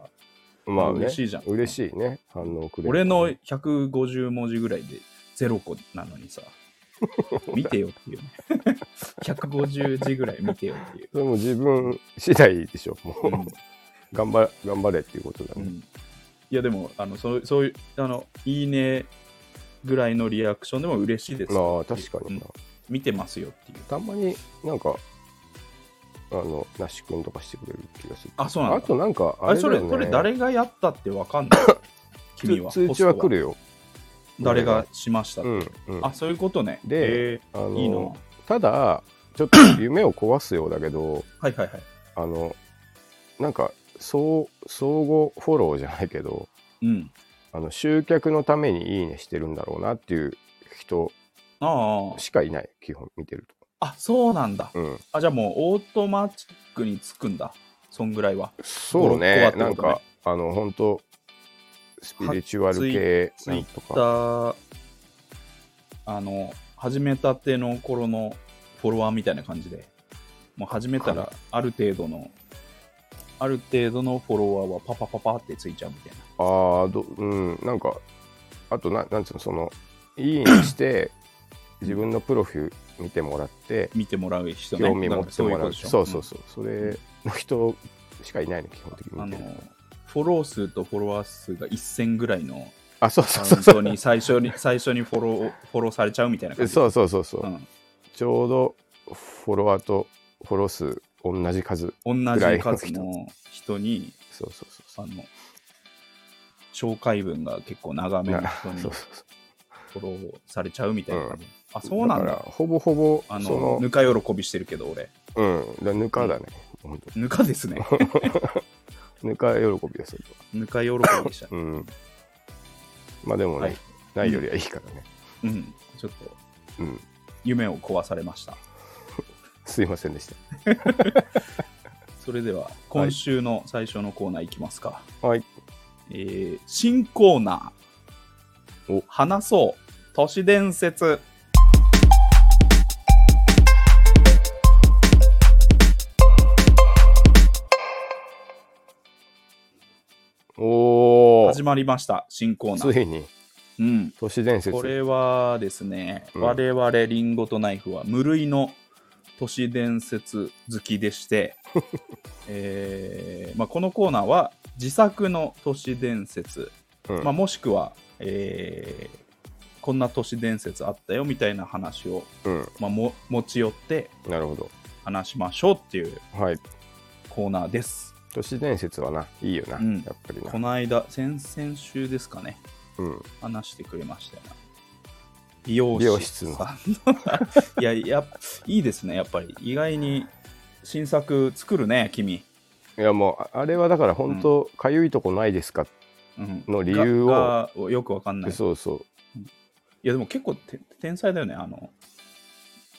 Speaker 2: まあ、ね、
Speaker 1: 嬉しいじゃん
Speaker 2: 嬉しいね。反応くれる
Speaker 1: 俺の150文字ぐらいで0個なのにさ、見てよっていうね。150字ぐらい見てよっていう。
Speaker 2: それも自分次第でしょ。もう、
Speaker 1: うん
Speaker 2: 頑張頑張れっていうことだ
Speaker 1: う
Speaker 2: ね。
Speaker 1: んいや、でも、あの、そうそういう、あの、いいねぐらいのリアクションでも嬉しいです。
Speaker 2: まあ、確かにな、
Speaker 1: うん見てますよっていう。
Speaker 2: たまになんか、あの、なし君とかしてくれる気がする。
Speaker 1: あ、そうなんだ。
Speaker 2: あとなんか、あ
Speaker 1: あれ
Speaker 2: れ
Speaker 1: そ
Speaker 2: だ
Speaker 1: れ
Speaker 2: よ、ね、
Speaker 1: それ誰がやったってわかん
Speaker 2: (laughs)
Speaker 1: ない。君は。
Speaker 2: つ通知は
Speaker 1: ホスト
Speaker 2: 来るよ。
Speaker 1: 誰がしましたって、
Speaker 2: うん、うん。
Speaker 1: あ、そういうことね。
Speaker 2: で
Speaker 1: へ
Speaker 2: あの
Speaker 1: ー、いいの。
Speaker 2: ただ、ちょ
Speaker 1: (coughs)
Speaker 2: っと夢を壊すようだけど、
Speaker 1: はいはいはい。
Speaker 2: あの、なんか、そう相互フォローじゃないけど、
Speaker 1: うん。
Speaker 2: あの集客のためにいいねしてるんだろうなっていう人
Speaker 1: あ
Speaker 2: しかいない、基本見てる
Speaker 1: あ、あ、そうなんだ。
Speaker 2: と。うん。
Speaker 1: あ、じゃあもうオートマチックにつくんだ。そんぐらいは。
Speaker 2: そうね、
Speaker 1: 五六個は
Speaker 2: な
Speaker 1: って
Speaker 2: ん
Speaker 1: ことね
Speaker 2: か、あの、本当スピリチュアル系
Speaker 1: ツイ
Speaker 2: なん
Speaker 1: ッ
Speaker 2: と
Speaker 1: タ
Speaker 2: か。
Speaker 1: ー、あの、始めたての頃のフォロワーみたいな感じで、もう始めたらある程度の、ある程度のフォロワーはパパパパってついちゃうみたいな。
Speaker 2: ああ、どうん、なんか、あとな、なんつうの、その、いいねして、自分のプロフィール見てもらって、
Speaker 1: 見てもらう人ね。
Speaker 2: 興味持ってもら
Speaker 1: なん
Speaker 2: う。そう
Speaker 1: かいことでしょ
Speaker 2: そうそう。それの人しかいないの、基本的に
Speaker 1: あ
Speaker 2: 見
Speaker 1: の
Speaker 2: てる。
Speaker 1: フォロー数とフォロワー数が1000ぐらい
Speaker 2: (laughs)
Speaker 1: の
Speaker 2: あ、そう
Speaker 1: ア
Speaker 2: そう
Speaker 1: カウ
Speaker 2: そ
Speaker 1: ン
Speaker 2: うそ
Speaker 1: トに最初に最初にフォローフォローされちゃうみたいな感
Speaker 2: う。
Speaker 1: じ
Speaker 2: そうそうそうそう。
Speaker 1: うん
Speaker 2: ちょうどフォロワーとフォロー数同じ数。
Speaker 1: 同じ数の人に
Speaker 2: そうそうそうそ
Speaker 1: あの紹介文が結構長
Speaker 2: う。
Speaker 1: めの
Speaker 2: な
Speaker 1: 人に
Speaker 2: そう
Speaker 1: フ
Speaker 2: そう
Speaker 1: ォローされちゃうみたいな感じ、あ
Speaker 2: そう
Speaker 1: そうなんだ
Speaker 2: からほぼほぼ
Speaker 1: あ
Speaker 2: そ
Speaker 1: の
Speaker 2: の
Speaker 1: ぬか喜びしてるけど俺
Speaker 2: うんだぬかだね、本
Speaker 1: ぬかで
Speaker 2: (laughs)
Speaker 1: すね
Speaker 2: 当ぬか喜びですよ
Speaker 1: ぬか喜びでした、
Speaker 2: うんまあでもね、
Speaker 1: はい
Speaker 2: ないよりはいいからね
Speaker 1: うん、ちょっと
Speaker 2: うん
Speaker 1: 夢を壊されました
Speaker 2: すいませんでした
Speaker 1: それでは今週の最初のコーナーいきますか、
Speaker 2: はい
Speaker 1: えー新コーナーを話そう都市伝説
Speaker 2: おお
Speaker 1: 始まりました新コーナー、
Speaker 2: ついに
Speaker 1: うん、
Speaker 2: 都市伝説
Speaker 1: これはですね、
Speaker 2: うん
Speaker 1: 我々リンゴとナイフは無類の都市伝説好きでして、
Speaker 2: (laughs)
Speaker 1: えーまあ、このコーナーは自作の都市伝説、
Speaker 2: うん
Speaker 1: まあ、もしくは、えーこんな都市伝説あったよみたいな話を、
Speaker 2: うん
Speaker 1: まあ、も持ち寄って
Speaker 2: なるほど
Speaker 1: 話しましょうっていう
Speaker 2: はい
Speaker 1: コーナーです。
Speaker 2: 都市伝説はないいよな、
Speaker 1: うん
Speaker 2: やっぱりな
Speaker 1: この間、先々週ですかね、
Speaker 2: うん
Speaker 1: 話してくれましたよな。美容
Speaker 2: 美容
Speaker 1: 室
Speaker 2: 室
Speaker 1: の
Speaker 2: の
Speaker 1: (laughs) いや、やっいいですね、やっぱり。意外に新作作るね、君。
Speaker 2: いやもうああれはだから本当かゆいとこないですか、
Speaker 1: うん
Speaker 2: の理由を
Speaker 1: ががよくわかんない。い
Speaker 2: そうそう
Speaker 1: や、でも結構て天才だよね。あの、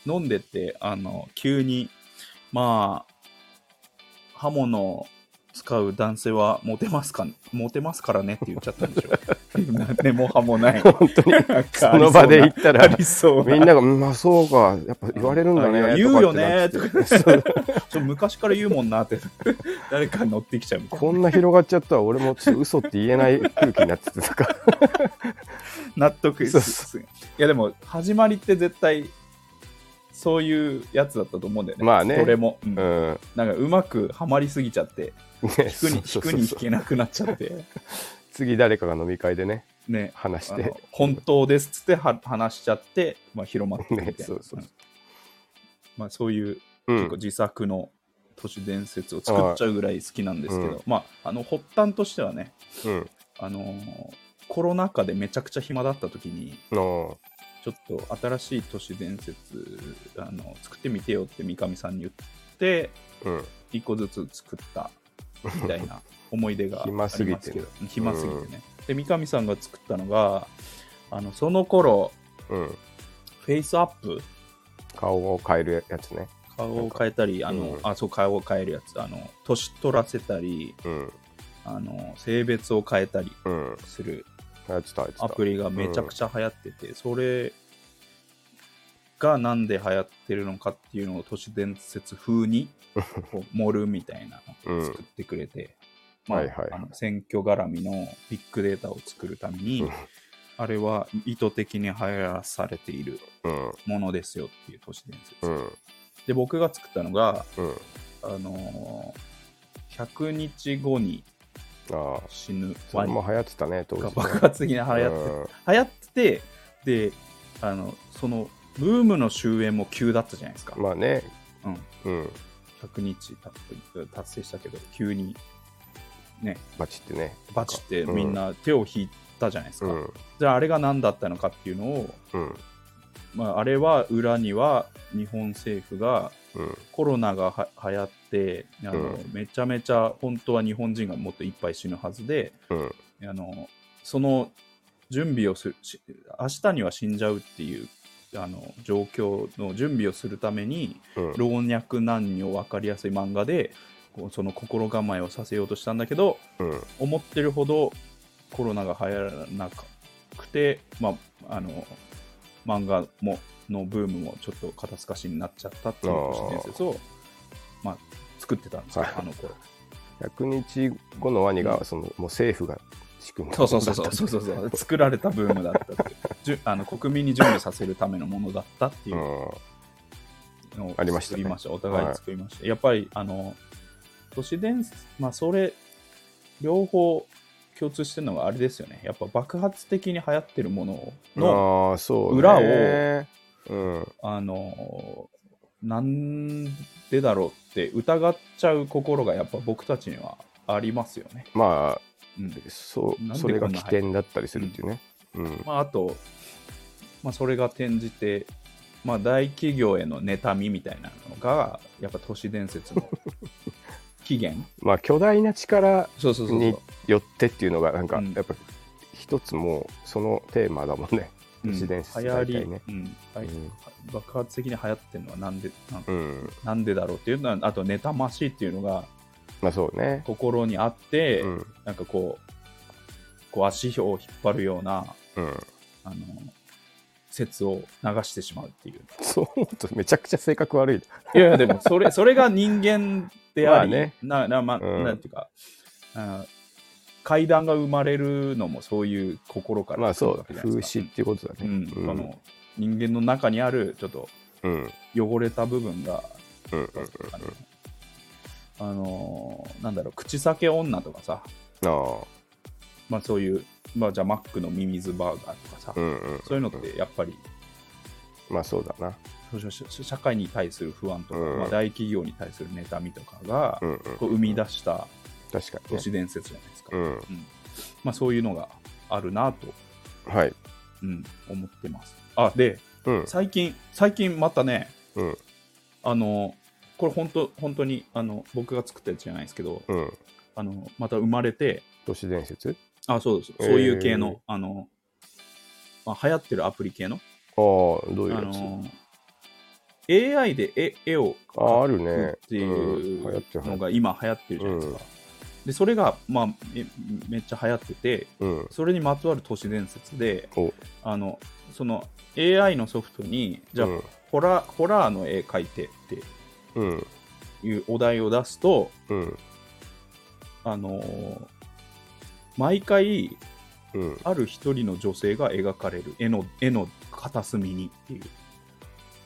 Speaker 1: 飲んでて、あの、急に、まあ、刃物を使う男性はモテますか、モテますからねって言っちゃったんでしょ。
Speaker 2: (laughs)
Speaker 1: 何でも刃もない。
Speaker 2: 本当に
Speaker 1: なん
Speaker 2: そ
Speaker 1: かありうな
Speaker 2: の場で言った
Speaker 1: あ
Speaker 2: ら
Speaker 1: りそう
Speaker 2: みんなが、うんまあそうか、やっぱ言われるんだ
Speaker 1: あ
Speaker 2: ね。
Speaker 1: 言うよね
Speaker 2: とか
Speaker 1: と
Speaker 2: って
Speaker 1: か
Speaker 2: (laughs) なってそう
Speaker 1: ちょ昔から言うもんなって誰かに乗ってきちゃうみたい
Speaker 2: こんな広がっちゃったら俺もちょっと嘘って言えない空気になっててとか。
Speaker 1: な納得
Speaker 2: そう
Speaker 1: すすいやでも始まりって絶対そういうやつだったと思うんだよね
Speaker 2: まあね
Speaker 1: それも、う
Speaker 2: うん
Speaker 1: (laughs)
Speaker 2: ん。ね
Speaker 1: なんかうまくはまりすぎちゃって引くに
Speaker 2: そ
Speaker 1: 引
Speaker 2: うそう
Speaker 1: く
Speaker 2: そう
Speaker 1: に引けなくなっちゃって
Speaker 2: 次誰かが飲み会でね、
Speaker 1: ね
Speaker 2: 話し
Speaker 1: あ
Speaker 2: て
Speaker 1: の。本当ですっつっては話しちゃって、まあ、広まってみたいな、
Speaker 2: ねそうそうそうん
Speaker 1: まあ、そういう
Speaker 2: う
Speaker 1: 結構
Speaker 2: ん。
Speaker 1: 自作の都市伝説を作っちゃうぐらい好きなんですけ
Speaker 2: う
Speaker 1: ど、
Speaker 2: ん
Speaker 1: まああの発端としてはね
Speaker 2: うん。
Speaker 1: あのーコロナ禍でめちゃくちゃ暇だった時に
Speaker 2: の
Speaker 1: ちょっと新しい都市伝説あの作ってみてよって三上さんに言って
Speaker 2: うん。
Speaker 1: 一個ずつ作ったみた
Speaker 2: (laughs)
Speaker 1: いな思い出がありますけど
Speaker 2: 暇すぎて
Speaker 1: 暇すぎてね、で三上さんが作ったのがあのその頃
Speaker 2: うん、
Speaker 1: フェイスアップ
Speaker 2: 顔を変えるやつね。
Speaker 1: 顔を変えたりあの、
Speaker 2: うん
Speaker 1: あそう顔を変えるやつあの年取らせたり
Speaker 2: うん、
Speaker 1: あの性別を変えたり
Speaker 2: うん、
Speaker 1: する
Speaker 2: やってた、やってた。
Speaker 1: アプリがめちゃくちゃ流行ってて、それがなんで流行ってるのかっていうのを都市伝説風
Speaker 2: (laughs)
Speaker 1: にこう盛るみたいなのを作ってくれて、
Speaker 2: うん
Speaker 1: まあ
Speaker 2: はいはい
Speaker 1: あの選挙絡みのビッグデータを作るために、
Speaker 2: うん
Speaker 1: あれは意図的に流行らされている
Speaker 2: うん、
Speaker 1: ものですよっていう都市伝説、
Speaker 2: うん、
Speaker 1: で僕が作ったのが、
Speaker 2: うん。
Speaker 1: あのー100日後に
Speaker 2: ああ、
Speaker 1: 死ぬ
Speaker 2: そ
Speaker 1: ワ
Speaker 2: れ
Speaker 1: ニ
Speaker 2: も流行ってたね、当時
Speaker 1: が
Speaker 2: ね。
Speaker 1: 爆発的に流行ってて流行っててであのそのブームの終焉も急だったじゃないですか、
Speaker 2: うんまあね、
Speaker 1: うん、
Speaker 2: うん、
Speaker 1: 100日たっぷり達成したけど急にね
Speaker 2: バチってね。
Speaker 1: バチって
Speaker 2: うん
Speaker 1: みんな手を引いたじゃないです
Speaker 2: う
Speaker 1: か、
Speaker 2: ん、
Speaker 1: じゃああれが何だったのかっていうのを、
Speaker 2: うん、
Speaker 1: まあ、あれは裏には日本政府が
Speaker 2: うん、
Speaker 1: コロナがは流行ってあの、
Speaker 2: うん
Speaker 1: めちゃめちゃ本当は日本人がもっといっぱい死ぬはずで
Speaker 2: うん、
Speaker 1: あのその準備をするし明日には死んじゃうっていうあの状況の準備をするために
Speaker 2: うん。
Speaker 1: 老若男女分かりやすい漫画でこうその心構えをさせようとしたんだけど
Speaker 2: うん
Speaker 1: 思ってるほどコロナが流行らなくて、まあ、あの漫画ものブームもちょっと肩透かしになっちゃったっていう都市伝説を、まあ、作ってたんですよ
Speaker 2: はい
Speaker 1: あの頃
Speaker 2: 100日後のワニが、その、もう政府が仕組んだ、
Speaker 1: そうそうそうそうそうそうそう作られたブームだったっていうじゅあの国民に準備させるためのものだったっていううんのを
Speaker 2: ありました
Speaker 1: 作
Speaker 2: ね
Speaker 1: りました、お互い作りました、やっぱりあの都市伝説まあそれ両方共通してるのがあれですよねやっぱ爆発的に流行ってるものの、
Speaker 2: ああそうね
Speaker 1: 裏を
Speaker 2: うん
Speaker 1: あのなんでだろうって疑っちゃう心がやっぱ僕たちにはありますよね、
Speaker 2: ま
Speaker 1: うん
Speaker 2: あそ
Speaker 1: なん
Speaker 2: う
Speaker 1: で
Speaker 2: それが起点だったりするっていうねうん
Speaker 1: まあ、あと、まあ、それが転じて、まあ、大企業への妬みみたいなのがやっぱ都市伝説
Speaker 2: (laughs)
Speaker 1: の起源
Speaker 2: まあ巨大な力
Speaker 1: そうそうそう
Speaker 2: に
Speaker 1: そ
Speaker 2: よってっていうのがなん
Speaker 1: う
Speaker 2: か
Speaker 1: ん
Speaker 2: やっぱ一つもうそのテーマだもんね
Speaker 1: う、
Speaker 2: 都市伝
Speaker 1: う
Speaker 2: 説
Speaker 1: ん流行
Speaker 2: 大
Speaker 1: り、
Speaker 2: 体ね
Speaker 1: うんは
Speaker 2: う
Speaker 1: い
Speaker 2: ん
Speaker 1: 爆発的に流行ってるのはなんでなん
Speaker 2: うん
Speaker 1: なんでだろうっていうのはあと妬ましいっていうのが
Speaker 2: まあそうね
Speaker 1: 心にあって、
Speaker 2: うん
Speaker 1: なんかこうこう足を引っ張るような
Speaker 2: うん
Speaker 1: あの説を流してしまうっていう
Speaker 2: そう思うとめちゃくちゃ性格悪い
Speaker 1: いやでも
Speaker 2: (laughs)
Speaker 1: それそれが人間であり、
Speaker 2: まあね
Speaker 1: ななまあ
Speaker 2: うん
Speaker 1: なんていうか、あ階段が生まれるのもそういう心から
Speaker 2: まあそ
Speaker 1: 来るわ
Speaker 2: う
Speaker 1: けじゃない
Speaker 2: 風
Speaker 1: です
Speaker 2: 刺っ
Speaker 1: か
Speaker 2: ていうことだね
Speaker 1: うんその人間の中にあるちょっと
Speaker 2: うんうん
Speaker 1: 汚れた部分が、
Speaker 2: うんうん
Speaker 1: あのーなんだろう口裂け女とかさ、
Speaker 2: あ
Speaker 1: まあ、そういう、まあ、じゃあマックのミミズバーガーとかさ、
Speaker 2: あうんうん
Speaker 1: そういうのってやっぱり
Speaker 2: まあそうだな
Speaker 1: そうそう社会に対する不安とか、
Speaker 2: うん
Speaker 1: まあ、大企業に対する妬みとかが、
Speaker 2: うんうん
Speaker 1: こう生み出した
Speaker 2: 確かに
Speaker 1: 都
Speaker 2: ね
Speaker 1: 市伝説じゃないですか、
Speaker 2: うん
Speaker 1: うんまあ、そういうのがあるなと、
Speaker 2: はい
Speaker 1: うん、思ってます。あで
Speaker 2: うん
Speaker 1: 最近最近またね
Speaker 2: うん
Speaker 1: あのこれ本当本当にあの僕が作ったやつじゃないですけど
Speaker 2: うん
Speaker 1: あのまた生まれて
Speaker 2: 都市伝説
Speaker 1: あそうです
Speaker 2: えー
Speaker 1: そういう系の,、あのまあ、流行ってるアプリ系の
Speaker 2: ああどう
Speaker 1: あ
Speaker 2: いうやつ
Speaker 1: の AI で絵絵を
Speaker 2: あああ
Speaker 1: 描
Speaker 2: る
Speaker 1: く
Speaker 2: ね
Speaker 1: ってい
Speaker 2: ん流行
Speaker 1: う
Speaker 2: ってる
Speaker 1: のが今流行ってるじゃないですか。
Speaker 2: う
Speaker 1: でそれが、まあ、めめっちゃ流行ってて、
Speaker 2: うん
Speaker 1: それにまつわる都市伝説で
Speaker 2: お
Speaker 1: あのその AI のソフトにじゃあ、
Speaker 2: うん
Speaker 1: ホラーホラーの絵描いてっ
Speaker 2: うん
Speaker 1: ていうお題を出すと
Speaker 2: うん
Speaker 1: あのー毎回
Speaker 2: うん
Speaker 1: ある一人の女性が描かれる絵の絵の片隅にってい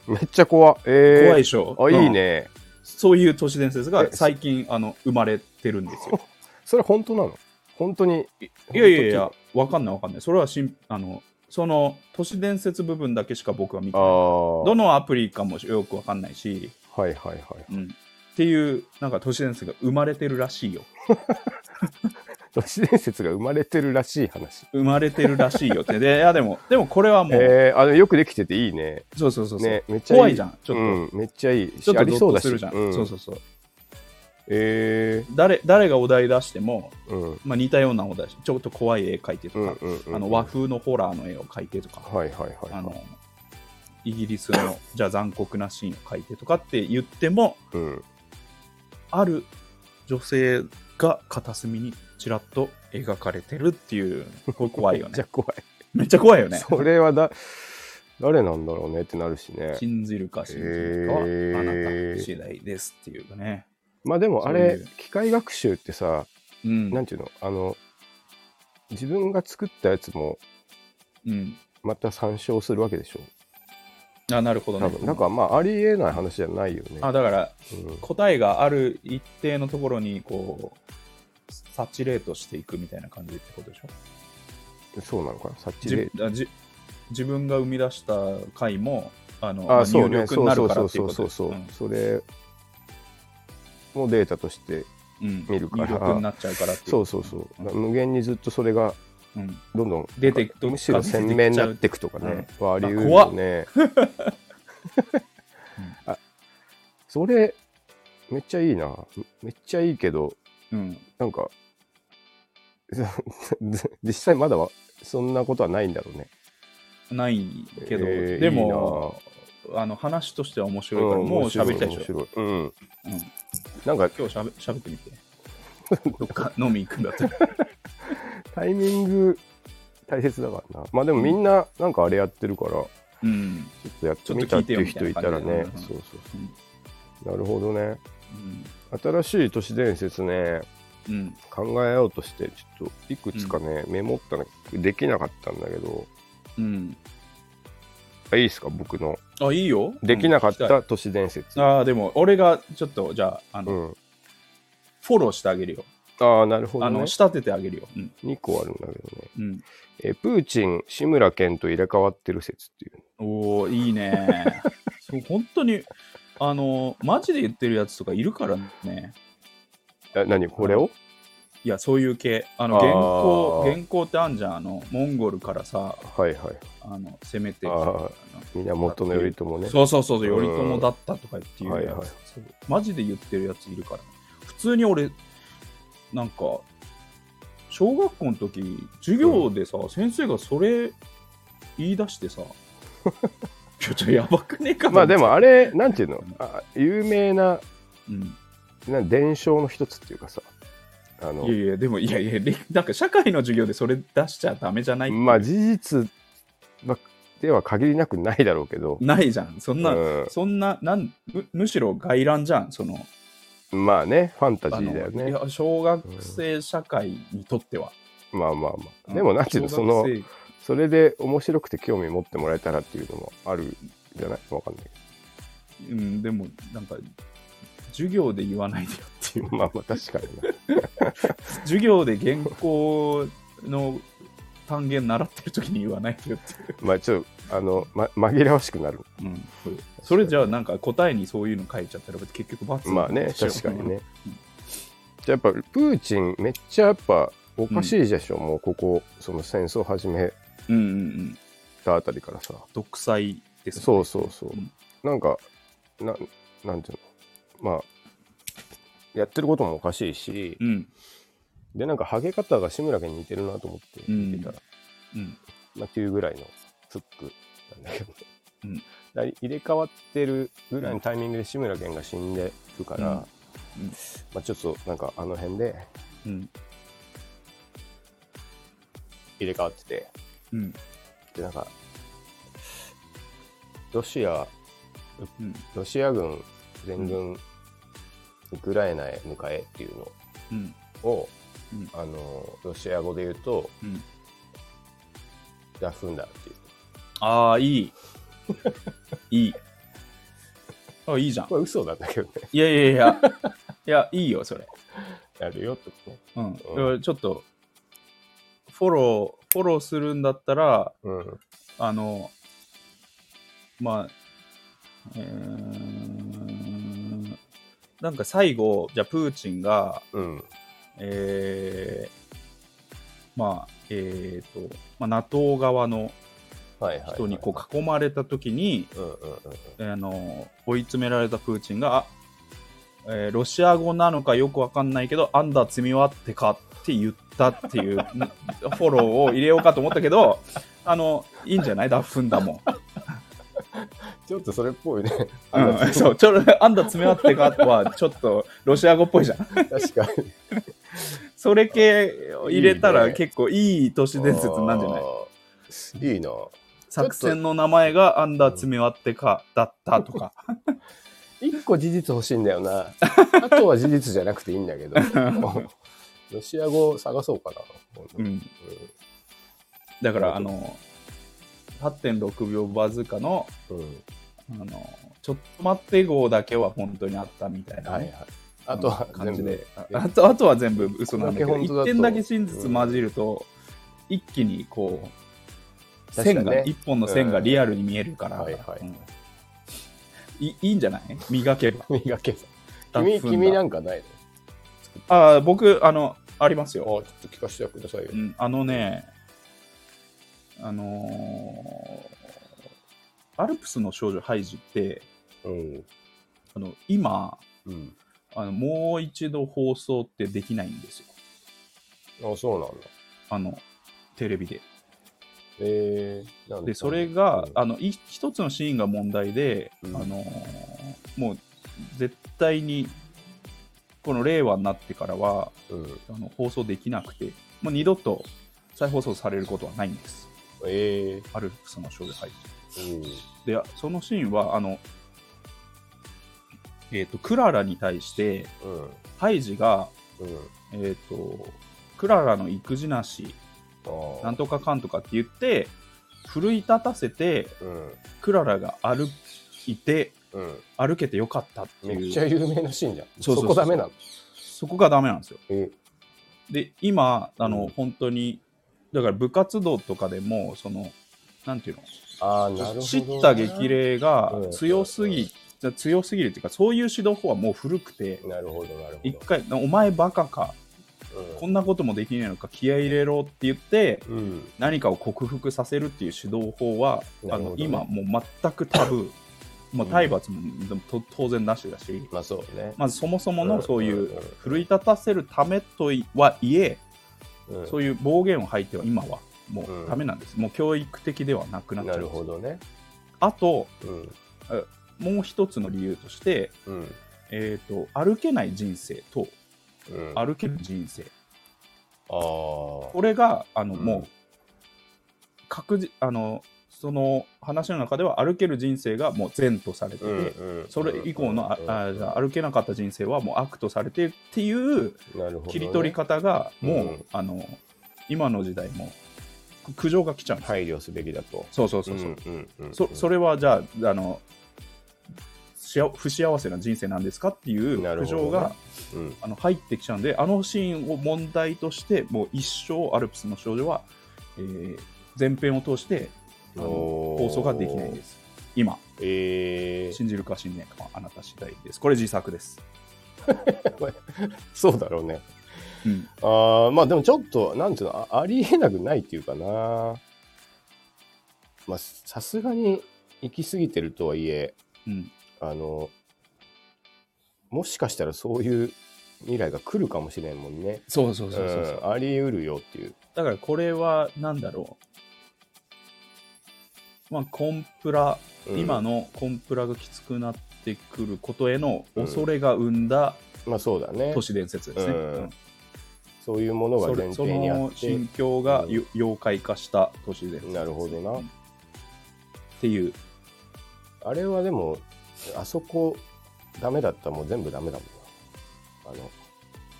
Speaker 1: う、
Speaker 2: めっちゃ怖えー
Speaker 1: 怖いでしょ
Speaker 2: あいい
Speaker 1: うん
Speaker 2: ね
Speaker 1: そういう都市伝説が
Speaker 2: え
Speaker 1: 最近あの生まれてるんです
Speaker 2: (laughs)
Speaker 1: よ
Speaker 2: それ本当なの本当に
Speaker 1: いやいやいやわかんないわかんないそれはしんあのその都市伝説部分だけしか僕は見て
Speaker 2: あ
Speaker 1: ない
Speaker 2: あ
Speaker 1: ど
Speaker 2: は
Speaker 1: のアプリかもよくわかんないし
Speaker 2: いはいはい
Speaker 1: うん、っていうなんか都市伝説が生まれてるらしいよ
Speaker 2: 都市伝説が生まれてるらしい話
Speaker 1: 生まれてるらしいよってでいやでもでもこれはもう、
Speaker 2: えー、あのよくできてていいね
Speaker 1: そうそうそうそう、
Speaker 2: ねめっちゃいい
Speaker 1: 怖いじゃんちょっと、
Speaker 2: うんめっちゃいい
Speaker 1: ちょっ
Speaker 2: あ
Speaker 1: と
Speaker 2: り
Speaker 1: ゾ
Speaker 2: そ
Speaker 1: ッ
Speaker 2: う
Speaker 1: と
Speaker 2: だ
Speaker 1: す
Speaker 2: し
Speaker 1: るじゃん、
Speaker 2: うん
Speaker 1: そうそうそう
Speaker 2: え
Speaker 1: 誰誰がお題出しても、
Speaker 2: えうん
Speaker 1: まあ、似たようなお題ちょっと怖い絵描いてと
Speaker 2: うん
Speaker 1: か、
Speaker 2: うんうん
Speaker 1: あの和風のホラーの絵を描いてとか、
Speaker 2: はいはいはい
Speaker 1: あ
Speaker 2: はい
Speaker 1: のイギリスのじゃあ残酷なシーンを描いてとかって言っても
Speaker 2: うん
Speaker 1: ある女性が片隅にちらっと描かれてるっていうこれ怖い
Speaker 2: (laughs)
Speaker 1: よ
Speaker 2: めっちゃ
Speaker 1: ね
Speaker 2: 怖い
Speaker 1: めっちゃ怖いよね
Speaker 2: それはだ誰なんだろうねってなるしね
Speaker 1: 信じるか信じるかは
Speaker 2: へー
Speaker 1: あなた次第ですっていうかね、
Speaker 2: まあでもあ
Speaker 1: そう
Speaker 2: れ
Speaker 1: いう
Speaker 2: 機械学習ってさ
Speaker 1: うん
Speaker 2: なんていうのあの自分が作ったやつも
Speaker 1: うん、
Speaker 2: また参照するわけでしょ
Speaker 1: あなるほど
Speaker 2: 多
Speaker 1: ね
Speaker 2: 分だからまあありえない話じゃないよね
Speaker 1: あだから
Speaker 2: うん
Speaker 1: 答えがある一定のところにこうサチュレートしていくみたいな感じってことでしょ
Speaker 2: そうなのかな察知
Speaker 1: じ
Speaker 2: で
Speaker 1: あじ自分が生み出した回もあのま
Speaker 2: あ
Speaker 1: あ
Speaker 2: そ
Speaker 1: 入
Speaker 2: うね
Speaker 1: 力
Speaker 2: そ
Speaker 1: に
Speaker 2: う
Speaker 1: な
Speaker 2: そ
Speaker 1: る
Speaker 2: う
Speaker 1: から
Speaker 2: そう
Speaker 1: ってい
Speaker 2: そうう
Speaker 1: こ
Speaker 2: そ
Speaker 1: と
Speaker 2: うそう
Speaker 1: ですうん
Speaker 2: それもデータとして
Speaker 1: うん
Speaker 2: 見るから
Speaker 1: 入力になっちゃうからってい
Speaker 2: そうそうそうだから無限にずっとそれが
Speaker 1: うん
Speaker 2: どんどん
Speaker 1: 出てくと
Speaker 2: むしろ鮮明になっていくとかね、はあり得るよね。 (laughs) あそれめっちゃいいなめっちゃいいけど
Speaker 1: うん
Speaker 2: なんか (laughs) 実際まだはそんなことはないんだろうね。
Speaker 1: ないけど、
Speaker 2: えー
Speaker 1: で
Speaker 2: いい
Speaker 1: もあの話としては面白いから、
Speaker 2: ん
Speaker 1: もう喋りたい
Speaker 2: 面
Speaker 1: でしょ、
Speaker 2: 白いうん、
Speaker 1: うん、
Speaker 2: なんか
Speaker 1: 今日しゃべ喋ってみて (laughs) どっか飲み行くんだったら
Speaker 2: タイミング大切だからなまあでもみんななんかあれやってるからちょ
Speaker 1: うん、
Speaker 2: っとやってみたっていう人いたらね
Speaker 1: ちょっと聞いてよみたいな感じ
Speaker 2: そうそう
Speaker 1: うん
Speaker 2: そうなるほどね新しい都市伝説ね
Speaker 1: うんうん、
Speaker 2: 考えようとしてちょっといくつかね、メモったのできなかったんだけど
Speaker 1: うん。
Speaker 2: あいいですか僕の
Speaker 1: あ、いいよ。
Speaker 2: できなかっ
Speaker 1: うん聞
Speaker 2: た都市伝
Speaker 1: き
Speaker 2: 説、
Speaker 1: たいああ、でも、俺がちょっと、じゃあ、あ
Speaker 2: う
Speaker 1: の、
Speaker 2: ん、
Speaker 1: フォローしてあげるよ。
Speaker 2: ああなるほ
Speaker 1: あ
Speaker 2: ど、ね
Speaker 1: の、、仕立ててあげるよ。うん。
Speaker 2: 2個あるんだけどね
Speaker 1: うん、
Speaker 2: えプーチン志村けんと入れ替わってる説っていう
Speaker 1: おおいいね。 (laughs) そう、本当に、あの、マジで言ってるやつとかいるからね。
Speaker 2: あ何これを
Speaker 1: いや、そういう系。あの、
Speaker 2: あー
Speaker 1: 原稿、原稿ってあんじゃん。あの、モンゴルからさ、
Speaker 2: はいはい
Speaker 1: あの、攻めてきた
Speaker 2: あー源頼朝ね
Speaker 1: そうそうそうそう、
Speaker 2: うん
Speaker 1: 頼朝だったとかっていうや
Speaker 2: は
Speaker 1: つ、
Speaker 2: いはい
Speaker 1: そうマジで言ってるやついるから、普通に俺、なんか、小学校の時授業でさ、先生がそれ言い出し
Speaker 2: (laughs)
Speaker 1: てさ、ちょっとやばくねえかな
Speaker 2: まあで、もあれなんていうのあ有名な
Speaker 1: うん、
Speaker 2: な伝承の一つっていうかさあ
Speaker 1: い
Speaker 2: の
Speaker 1: やいや、でも、いやいや、れなんか社会の授業でそれ出しちゃダメじゃないっていう
Speaker 2: まあ事実はでは限りなくないだろうけど、
Speaker 1: ないじゃん、そんな、
Speaker 2: うん
Speaker 1: そんななんむ、むしろ外乱じゃん、その、
Speaker 2: まあねファンタジ
Speaker 1: あの
Speaker 2: ーだよね
Speaker 1: いや小学生社会にとっては。
Speaker 2: まあまあまあ。でもなんていうの、その
Speaker 1: 小、学
Speaker 2: それで面白くて興味持ってもらえたらっていうのもあるじゃないわかんないけ (laughs)
Speaker 1: 生うん、でも、なんか、授業で言わないでよっていう (laughs)
Speaker 2: ど。。まあまあ確かにな。
Speaker 1: 授業で原稿の単元習ってる時に言わないでよっていう。
Speaker 2: まあちょっと、あの、ま、紛らわしくなる。
Speaker 1: うん、それじゃあ、なんか答えにそういうの書いちゃったら、結局罰に
Speaker 2: ま
Speaker 1: な
Speaker 2: あ
Speaker 1: っちゃう
Speaker 2: ね、確かにね
Speaker 1: うん。
Speaker 2: じゃあやっぱプーチンめっちゃやっぱおかしいでしょ、もうここ、その戦争始め
Speaker 1: うんうんうん。
Speaker 2: たあたりからさ。
Speaker 1: 独裁です、ね。
Speaker 2: そうそうそう。
Speaker 1: うん
Speaker 2: なんか、ななんていうの、まあ、やってることもおかしいし、
Speaker 1: うん。
Speaker 2: で、なんかハゲ方が志村けんに似てるなと思って見てたら。
Speaker 1: うん。
Speaker 2: まあ、9ぐらいのフックなんだけど、
Speaker 1: うん
Speaker 2: (laughs) だから入れ替わってるぐらいのタイミングで志村けんが死んでるから、
Speaker 1: うんうん
Speaker 2: まあ、ちょっとなんかあの辺で
Speaker 1: うん。
Speaker 2: 入れ替わってて
Speaker 1: うん。
Speaker 2: でなんかロシア
Speaker 1: うん。
Speaker 2: ロシア軍全軍ウクライナへ向かえっていう
Speaker 1: うん。
Speaker 2: のを、
Speaker 1: うん
Speaker 2: あのロシア語で言うと
Speaker 1: うん。
Speaker 2: ダフンダっていう
Speaker 1: ああ、い
Speaker 2: (laughs)
Speaker 1: い。いい。あ、いいじ
Speaker 2: (laughs)
Speaker 1: ゃん。
Speaker 2: これ嘘なんだけどね (laughs)
Speaker 1: いやいやいや。いや、いいよ、それ。
Speaker 2: やるよってことね、
Speaker 1: うん、だか
Speaker 2: う
Speaker 1: らちょっと、フォロー、フォローするんだったら、
Speaker 2: うん、
Speaker 1: あの、まあ、うーん、なんか最後、じゃあプーチンが、
Speaker 2: うん、
Speaker 1: えー、まあ、えっ、と、まあ、NATO 側の
Speaker 2: はいはい、はい、
Speaker 1: 人にこう囲まれた時に、
Speaker 2: うんうんうん
Speaker 1: あの、追い詰められたプーチンが、あえーロシア語なのかよくわかんないけど、あんだ罪はってかって言ったっていう (laughs) フォローを入れようかと思ったけど、あの、いいんじゃないダッフンダも。
Speaker 2: ちょっとそれっぽいね。
Speaker 1: うん、そう、ちょっと、あんだ爪あってかは、ちょっと、ロシア語っぽいじゃん。
Speaker 2: 確か
Speaker 1: (laughs)
Speaker 2: に。
Speaker 1: それ系入れた
Speaker 2: いい
Speaker 1: ら
Speaker 2: ね
Speaker 1: 結構いい都市伝説なんじゃない
Speaker 2: いいいな。
Speaker 1: 作戦の名前がアンダー爪割ってかだった
Speaker 2: (laughs)
Speaker 1: とか。
Speaker 2: 一個事実欲しいんだよ
Speaker 1: (laughs)
Speaker 2: な。あとは事実じゃなくていいんだけど。ロシア語探そうかな。う
Speaker 1: う
Speaker 2: ん
Speaker 1: ん。だから、あの、8.6秒バズーカの、
Speaker 2: うん
Speaker 1: あの、ちょっと待って号だけは本当にあったみたいなね、
Speaker 2: はいはい。あとは
Speaker 1: 感
Speaker 2: 全
Speaker 1: じ
Speaker 2: 部
Speaker 1: で。ああと、あとは全部嘘なんだけ
Speaker 2: こ
Speaker 1: ど、
Speaker 2: こだけ本当だ
Speaker 1: 一
Speaker 2: と
Speaker 1: 点だけ真実混じると、一気にこう、
Speaker 2: 確か
Speaker 1: 線
Speaker 2: にね
Speaker 1: が、一本の線がリアルに見えるから、
Speaker 2: はいはい
Speaker 1: うんいいいんじゃない磨けば。
Speaker 2: 磨けさ
Speaker 1: ダ
Speaker 2: 君、
Speaker 1: ッフンダ
Speaker 2: 君なんかない
Speaker 1: ああ、僕、あの、あります
Speaker 2: の
Speaker 1: よ。
Speaker 2: あちょっと聞かせてくださいよ
Speaker 1: う。ん、あのね、あのーアルプスの少女ハイジって、
Speaker 2: うん。
Speaker 1: あの今
Speaker 2: うん。
Speaker 1: あの、もう一度放送ってできないんですよ。
Speaker 2: あ、そうなんだ。
Speaker 1: あの、テレビで。
Speaker 2: えー、なん
Speaker 1: で、それが、
Speaker 2: あ、
Speaker 1: あの、い一つのシーンが問題で、
Speaker 2: うん
Speaker 1: あのーもう、絶対に、この令和になってからは、
Speaker 2: うん。
Speaker 1: あの放送できなくて、もう二度と再放送されることはないんです。
Speaker 2: え
Speaker 1: アルプスの少女ハイジ。
Speaker 2: ー、うん。
Speaker 1: でそのシーンはあの、えー、とクララに対して
Speaker 2: うん。
Speaker 1: ハイジが、
Speaker 2: うん。
Speaker 1: えー、とクララの育児なし
Speaker 2: ああ。
Speaker 1: なんとかかんとかって言って奮い立たせて
Speaker 2: うん。
Speaker 1: クララが歩いて
Speaker 2: うん。
Speaker 1: 歩けてよかったって
Speaker 2: めっ
Speaker 1: い
Speaker 2: ちゃ
Speaker 1: う
Speaker 2: 有名なシーンじゃん。
Speaker 1: そ
Speaker 2: そ
Speaker 1: うそうそう
Speaker 2: こダメなの。
Speaker 1: そこがダメなんですよ
Speaker 2: え
Speaker 1: で今あの、
Speaker 2: うん
Speaker 1: 本当にだから部活動とかでもそのなんていうの
Speaker 2: ああ、なるほど。
Speaker 1: 叱咤激。励が強すぎ、強すぎるっていうかそういう指導法はもう古くて、
Speaker 2: なるほど、なるほ
Speaker 1: 一
Speaker 2: ど。
Speaker 1: 回「お前バカかこんなこともできねえのか気合い入れろ」って言って
Speaker 2: うん。うん。
Speaker 1: 何かを克服させるっていう指導法は、あ
Speaker 2: なるほ
Speaker 1: の
Speaker 2: どね
Speaker 1: 今もう全くタ
Speaker 2: (laughs)
Speaker 1: ブー、まあ、体罰もでもと当然なしだし、
Speaker 2: まあそうね。
Speaker 1: まずそもそものそうい
Speaker 2: うんうんう
Speaker 1: う
Speaker 2: ん
Speaker 1: 奮い立たせるためとはいえ
Speaker 2: うん
Speaker 1: そういう暴言を吐いては今はも
Speaker 2: う
Speaker 1: うんダメなんです、もう教育的ではなくなっちゃ
Speaker 2: な
Speaker 1: うん
Speaker 2: る
Speaker 1: です
Speaker 2: ほどね。
Speaker 1: あと
Speaker 2: うん。
Speaker 1: もう一つの理由として、
Speaker 2: うん。
Speaker 1: えー、と歩けない人生と
Speaker 2: うん、あ
Speaker 1: 歩ける人生
Speaker 2: あー。
Speaker 1: これがあの、
Speaker 2: うん
Speaker 1: もう確実あのその話の中では歩ける人生がもう善とされてて、
Speaker 2: うん
Speaker 1: それ以降の、ああじゃあ
Speaker 2: あ
Speaker 1: 歩けなかった人生はもう悪とされてっていう
Speaker 2: なるほど、ね、
Speaker 1: 切り取り方がもう、
Speaker 2: うん
Speaker 1: あの今の時代も苦情が来ちゃうんですよ
Speaker 2: 配慮すべきだと
Speaker 1: そうそうそうそう、
Speaker 2: うんうんうん、
Speaker 1: そそれはじゃああのしあ不幸せな人生なんですかっていう
Speaker 2: なるほど
Speaker 1: 苦
Speaker 2: ね
Speaker 1: 情が、
Speaker 2: うん
Speaker 1: あの入ってきちゃうんで、あのシーンを問題として、もう一生、アルプスの少女は、えー前編を通してあの
Speaker 2: おー
Speaker 1: 放送ができないです。今、
Speaker 2: えー、
Speaker 1: 信じるか信じないかはあなた次第です。これ自作です。
Speaker 2: そうだろうね
Speaker 1: うん、
Speaker 2: あーまあでもちょっとなんていうのあありえなくないっていうかなまあさすがに行き過ぎてるとはいえ
Speaker 1: うん、
Speaker 2: あのもしかしたらそういう未来が来るかもしれんもんね
Speaker 1: そうそうそうそうそう、
Speaker 2: んあり得るよっていう
Speaker 1: だからこれは、なんだろう。まあ、コンプラ、
Speaker 2: うん
Speaker 1: 今のコンプラがきつくなってくることへの恐れが生んだ
Speaker 2: まあそうだね
Speaker 1: 都市伝説ですね。
Speaker 2: うん
Speaker 1: うん
Speaker 2: そういうものが
Speaker 1: そ
Speaker 2: 前
Speaker 1: れそ
Speaker 2: 提にあっ
Speaker 1: の
Speaker 2: て
Speaker 1: 心境が
Speaker 2: うん
Speaker 1: よ妖怪化した都市です
Speaker 2: なるほどな
Speaker 1: うんっていう
Speaker 2: あれはでも、あそこ、ダメだったらもう全部ダメだもんな。あの、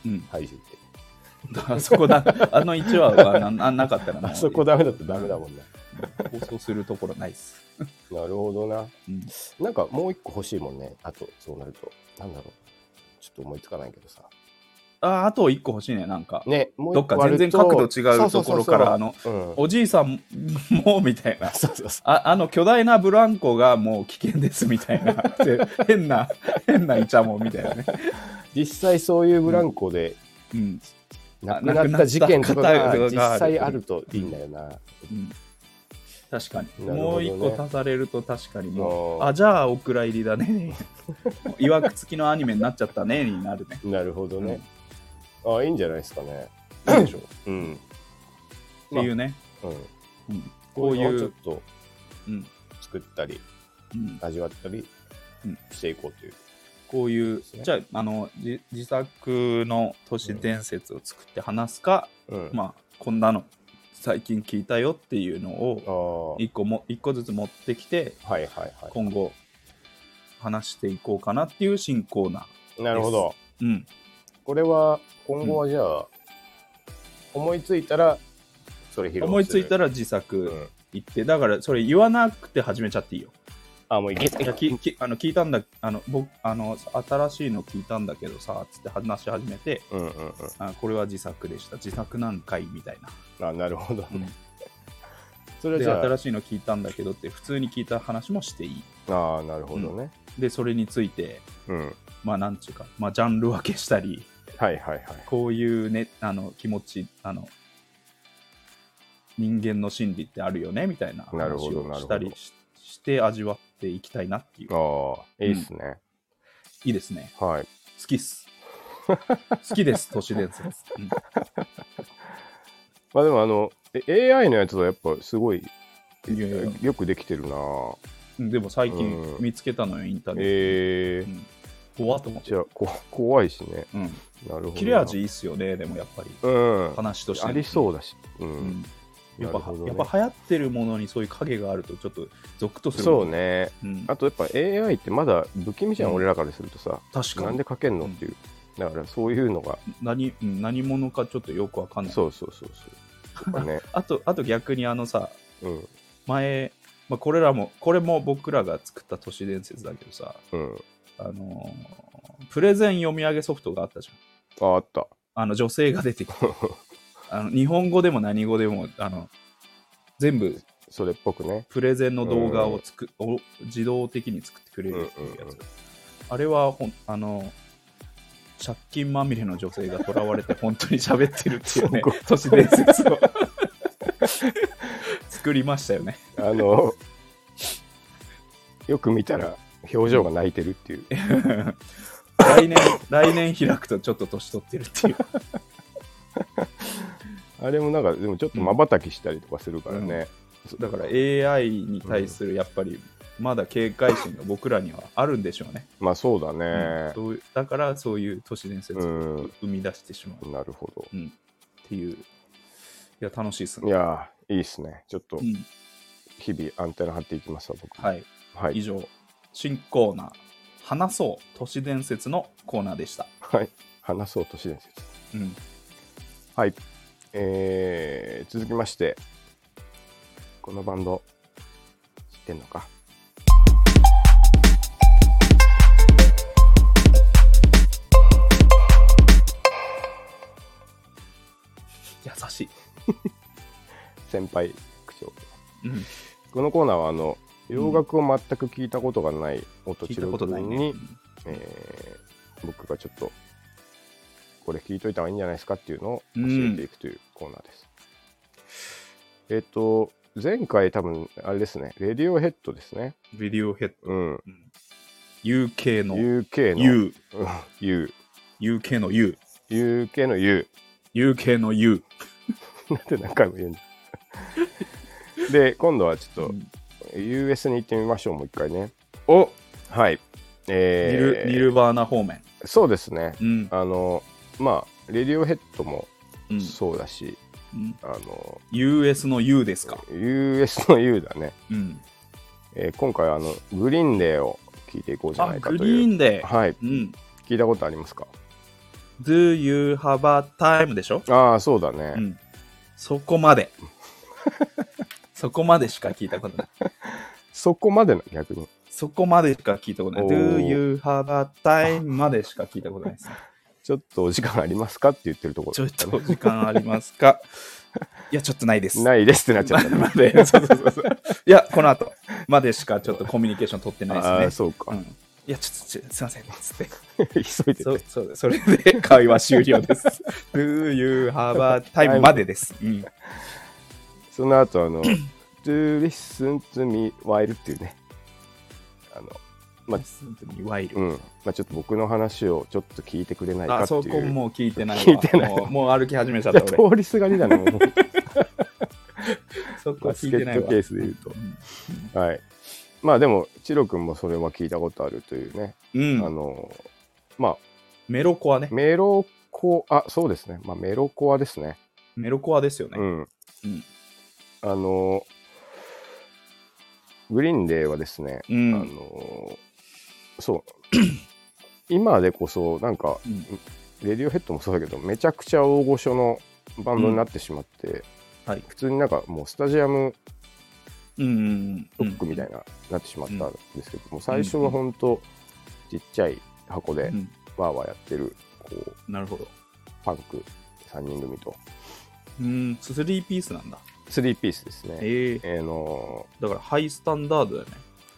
Speaker 1: うん (laughs)
Speaker 2: ハイジって。
Speaker 1: あそこだあの1話はなななかったらもう
Speaker 2: あそこダメだったらダメだもんな。
Speaker 1: 放送するところないっす、
Speaker 2: なるほどな。
Speaker 1: うん
Speaker 2: なんかもう一個欲しいもんね。あと、そうなると。なんだろう。ちょっと思いつかないけどさ。
Speaker 1: ああと1個欲しいねなんか
Speaker 2: ね、もう
Speaker 1: ど
Speaker 2: 一
Speaker 1: っか
Speaker 2: 個あると
Speaker 1: 全然角度違うところからあ
Speaker 2: そう
Speaker 1: の
Speaker 2: そうそうそう
Speaker 1: おじいさんもみたいな
Speaker 2: うん。そうそうそ
Speaker 1: ああの巨大なブランコがもう危険ですみたいなって変な変なイチャモンみたいなね、
Speaker 2: う。実際そういうブランコで
Speaker 1: うん
Speaker 2: 亡くなった事件とか
Speaker 1: 亡く
Speaker 2: が
Speaker 1: なった方が
Speaker 2: 実際あるといいんだよな。
Speaker 1: うん確かに、
Speaker 2: なる
Speaker 1: も
Speaker 2: ほど
Speaker 1: う
Speaker 2: ね
Speaker 1: 一個足されると確かにもう
Speaker 2: あー
Speaker 1: あじゃあお蔵入りだ
Speaker 2: (laughs)
Speaker 1: ねいわくつきのアニメになっちゃったねになるね
Speaker 2: なるほどね。あいいんじゃないですか
Speaker 1: (clears throat)
Speaker 2: ね。
Speaker 1: どうでしょうっ
Speaker 2: うん。
Speaker 1: ていうね、
Speaker 2: うん。
Speaker 1: うん、こうい
Speaker 2: のをちょ
Speaker 1: う
Speaker 2: っ、と
Speaker 1: うん
Speaker 2: 作ったり、
Speaker 1: うん、
Speaker 2: 味わったり
Speaker 1: うん
Speaker 2: していこうという。
Speaker 1: こういう
Speaker 2: すね
Speaker 1: じゃああのじ自作の都市伝説を作って話すか、
Speaker 2: うん。あ
Speaker 1: まあこんなの最近聞いたよっていうの
Speaker 2: あ
Speaker 1: を
Speaker 2: ー。
Speaker 1: 一個も一個ずつ持ってきて
Speaker 2: はいはいは
Speaker 1: 今後話していこうかなっていう新コーナー
Speaker 2: い。なるほど。
Speaker 1: うん
Speaker 2: これは今後はじゃあ、思いついたらそれ披露する
Speaker 1: 思いついた
Speaker 2: ら、
Speaker 1: ら自
Speaker 2: う
Speaker 1: 作
Speaker 2: ん、
Speaker 1: 言って、だからそれ言わなくて始めちゃっていいよ
Speaker 2: あもういけ
Speaker 1: いやききあの聞いたんだあの僕あの新しいの聞いたんだけどさつって話し始めて
Speaker 2: うんうんうん
Speaker 1: あこれは自作でした自作なんかいみたいな
Speaker 2: あなるほど、
Speaker 1: うん
Speaker 2: それ
Speaker 1: で
Speaker 2: じゃ
Speaker 1: 新しいの聞いたんだけどって普通に聞いた話もしていい
Speaker 2: ああーなるほどね
Speaker 1: でそれについて
Speaker 2: うん、
Speaker 1: まあなんちゅうか、まあ、ジャンル分けしたり
Speaker 2: はいはいはい
Speaker 1: こういうねあの気持ちあの人間の心理ってあるよねみたいな
Speaker 2: なる
Speaker 1: 話
Speaker 2: ほど
Speaker 1: をした
Speaker 2: なる
Speaker 1: り
Speaker 2: ほ
Speaker 1: しして味わっていきたいなっていう
Speaker 2: ああいいっすね、
Speaker 1: いいですね
Speaker 2: はい
Speaker 1: 好きっす好きです都市伝説、うん
Speaker 2: まあでもあのえ AI のやつはやっぱすごい
Speaker 1: いやいや
Speaker 2: よくできてるな
Speaker 1: うんでも最近
Speaker 2: うん
Speaker 1: 見つけたのよインターネッ
Speaker 2: え
Speaker 1: ト
Speaker 2: え
Speaker 1: で、うん、怖っと思っ
Speaker 2: ー、
Speaker 1: て
Speaker 2: じゃあこ怖いしね
Speaker 1: うん
Speaker 2: なるほどな
Speaker 1: 切れ味いいっすよねでもやっぱり
Speaker 2: うん
Speaker 1: 話として
Speaker 2: ありそうだしう、
Speaker 1: うんんやっ
Speaker 2: なる
Speaker 1: ぱ、
Speaker 2: ほどね
Speaker 1: やっぱ流行ってるものにそういう影があるとちょっとゾクッとする
Speaker 2: そう、ね
Speaker 1: うん
Speaker 2: あとやっぱ AI ってまだ不気味じゃん、
Speaker 1: うん
Speaker 2: 俺らからするとさ
Speaker 1: 確か
Speaker 2: なん
Speaker 1: に
Speaker 2: で書けんのっていう、だからそういうのが、
Speaker 1: 何うん何者かちょっとよくわかんない
Speaker 2: そうそうそうそうとかね
Speaker 1: あとあと逆にあのさ
Speaker 2: うん
Speaker 1: 前、まあ、これらもこれも僕らが作った都市伝説だけどさ
Speaker 2: うん
Speaker 1: あのープレゼン読み上げソフトがあったじゃ
Speaker 2: あ
Speaker 1: ん
Speaker 2: あった
Speaker 1: あの女性が
Speaker 2: (laughs)
Speaker 1: 出てきてあの日本語でも何語でもあの全部
Speaker 2: それっぽくね
Speaker 1: プレゼンの動画をつく、を自動的に作ってくれるっていうや
Speaker 2: う
Speaker 1: つ、
Speaker 2: んうんうん
Speaker 1: あれはほんあの借金まみれの女性が囚われて本当に喋ってるっていう
Speaker 2: す
Speaker 1: ね
Speaker 2: ごい
Speaker 1: 都市伝
Speaker 2: (laughs)
Speaker 1: 説を作りましたよね
Speaker 2: あのよく見たら表情が泣いてるっていう
Speaker 1: 来年来年開くとちょっと年取ってるっていう
Speaker 2: あれもなんかでもちょっとまばたきしたりとかするからね、
Speaker 1: だから AI に対するやっぱりまだ警戒心が僕らにはあるんでしょうね、
Speaker 2: まあそうだ
Speaker 1: うん
Speaker 2: ね、
Speaker 1: そういうだからそういう都市伝説を
Speaker 2: うん
Speaker 1: 生み出してしまう、
Speaker 2: なるほど
Speaker 1: うんっていういや楽しいです
Speaker 2: い
Speaker 1: ね、
Speaker 2: やーいいっすねちょっと
Speaker 1: うん
Speaker 2: 日々アンテナ張っていきますわ僕、
Speaker 1: はいい、
Speaker 2: はい
Speaker 1: 以上新コーナー「話そう都市伝説」のコーナーでした、
Speaker 2: はい、話そう都市伝説
Speaker 1: うん、
Speaker 2: はい、えー、続きましてこのバンド知ってんのか
Speaker 1: 優しい、
Speaker 2: 先輩口調
Speaker 1: うん、
Speaker 2: このコーナーはあの洋楽を全く聞いたことがない音
Speaker 1: 聞い
Speaker 2: 千
Speaker 1: た
Speaker 2: 代
Speaker 1: ことない
Speaker 2: 君に、
Speaker 1: ね、
Speaker 2: えー僕がちょっとこれ聞いといた方がいいんじゃないですかっていうのを教えていくというコーナーです、えっ、と前回多分あれですねレディオヘッドですね
Speaker 1: ビデオヘッド、
Speaker 2: うん
Speaker 1: うん、UK の
Speaker 2: UK の
Speaker 1: U
Speaker 2: (laughs) うん U
Speaker 1: UK の U
Speaker 2: UK の U
Speaker 1: UK の U
Speaker 2: なんで何回も言うんだ (laughs) で、今度はちょっと、US に行ってみましょう、もう一回ね。
Speaker 1: お
Speaker 2: はい。
Speaker 1: ニ
Speaker 2: えー
Speaker 1: ルニルバーナ方面、
Speaker 2: そうですね。
Speaker 1: うん
Speaker 2: あの、まあ、レディオヘッドも
Speaker 1: うん
Speaker 2: そうだし、
Speaker 1: うん、
Speaker 2: あの、
Speaker 1: US の U ですか、
Speaker 2: US の U だね。
Speaker 1: うん、
Speaker 2: えー今回はあの、グリーンデーを聞いていこうじゃ
Speaker 1: あ
Speaker 2: ないか
Speaker 1: グ
Speaker 2: と
Speaker 1: リ
Speaker 2: い
Speaker 1: ー
Speaker 2: う。
Speaker 1: ンで、
Speaker 2: はい。
Speaker 1: うん、
Speaker 2: 聞いたことありますか
Speaker 1: Do you have a time でしょ、
Speaker 2: ああ、そうだ
Speaker 1: う
Speaker 2: ね。
Speaker 1: ん、そこまでそこまでしか聞いたことない
Speaker 2: そこまでの逆に。
Speaker 1: そこまでしか聞いたことない。
Speaker 2: おー
Speaker 1: Do you have a time までしか聞いたことないです。
Speaker 2: ちょっとお時間ありますかって言ってるとこ
Speaker 1: ちょ
Speaker 2: ろ
Speaker 1: っ
Speaker 2: だったね、
Speaker 1: と時間あります
Speaker 2: (laughs)
Speaker 1: かいや、ちょっとないです。
Speaker 2: ないですってなっちゃったね。
Speaker 1: ま
Speaker 2: (laughs)
Speaker 1: で、そうそうそうそう。いや、この後までしかちょっとコミュニケーション取 (laughs) ってない
Speaker 2: ああー、
Speaker 1: ですね。
Speaker 2: そうか
Speaker 1: う。んいや、ちょっとちょすいません。つっ
Speaker 2: (laughs) 急い
Speaker 1: て。
Speaker 2: で
Speaker 1: そ
Speaker 2: て
Speaker 1: うそうそれで会話終了です。Do you have a time までです。うん
Speaker 2: その後あの (clears throat) to listen to me while っていうね、あの、まあ
Speaker 1: いわゆる
Speaker 2: う。ん、まあちょっと僕の話をちょっと聞いてくれないかっ
Speaker 1: あ
Speaker 2: てい。
Speaker 1: そうこもう聞いてないわ
Speaker 2: 聞いてない
Speaker 1: もうもう歩き始めちゃっ
Speaker 2: (laughs) いや (laughs)
Speaker 1: た
Speaker 2: 通
Speaker 1: 俺
Speaker 2: りすがりだね、も
Speaker 1: そこ聞いてない
Speaker 2: バスケッ
Speaker 1: わ
Speaker 2: トケースで言うとうはい。まあでも、チロ君もそれは聞いたことあるというね、
Speaker 1: うん
Speaker 2: あの、まあ、
Speaker 1: メロコアね
Speaker 2: メロコア、そうですね、まあ、メロコアですね。
Speaker 1: メロコアですよね、
Speaker 2: うん。
Speaker 1: うん
Speaker 2: あの、グリーンデーはですね、
Speaker 1: う
Speaker 2: あ
Speaker 1: ん
Speaker 2: の、そう、 (clears throat) 今でこそ、なんか、
Speaker 1: うん
Speaker 2: レディオヘッドもそうだけど、めちゃくちゃ大御所のバンドになってしまって、
Speaker 1: はい
Speaker 2: 普通になんかもうスタジアム
Speaker 1: うんうん
Speaker 2: ロックみたいな、なってしまったんですけど、もう最初は本当、ちっちゃい箱
Speaker 1: う
Speaker 2: で
Speaker 1: ん
Speaker 2: わーわーやってる、こう、
Speaker 1: なるほど
Speaker 2: パンク3人組と、
Speaker 1: うん3ピースなんだ
Speaker 2: 3ピースですね。
Speaker 1: ええ
Speaker 2: えーの
Speaker 1: だからハイスタンダードだよね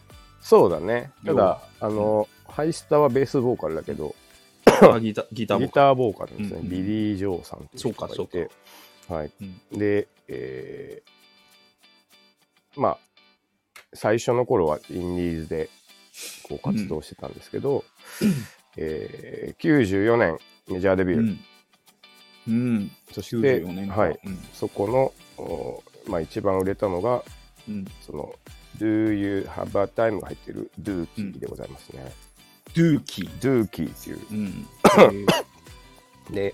Speaker 2: ーそうだね。た
Speaker 1: 要は
Speaker 2: だ、あのーハイスタはベースボーカルだけど、
Speaker 1: あギタギターも
Speaker 2: ギターボーカルですね。
Speaker 1: うんうん
Speaker 2: ビリー・ジョーさんっていう人が
Speaker 1: そ
Speaker 2: いう
Speaker 1: か
Speaker 2: て、はい。
Speaker 1: うん
Speaker 2: で、えーまあ、最初の頃はインディーズでこう活動してたんですけど、えー94年メジャーデビュー、
Speaker 1: うん、うん、
Speaker 2: そして
Speaker 1: 94年、か
Speaker 2: はい、
Speaker 1: うん
Speaker 2: そこの、おまあ、一番売れたのが、
Speaker 1: うん、
Speaker 2: その、Do You Have a Time が入ってる Do Key でございますね。
Speaker 1: ドゥーキー、
Speaker 2: ドゥーキーっていう。 (laughs)
Speaker 1: うん、
Speaker 2: で、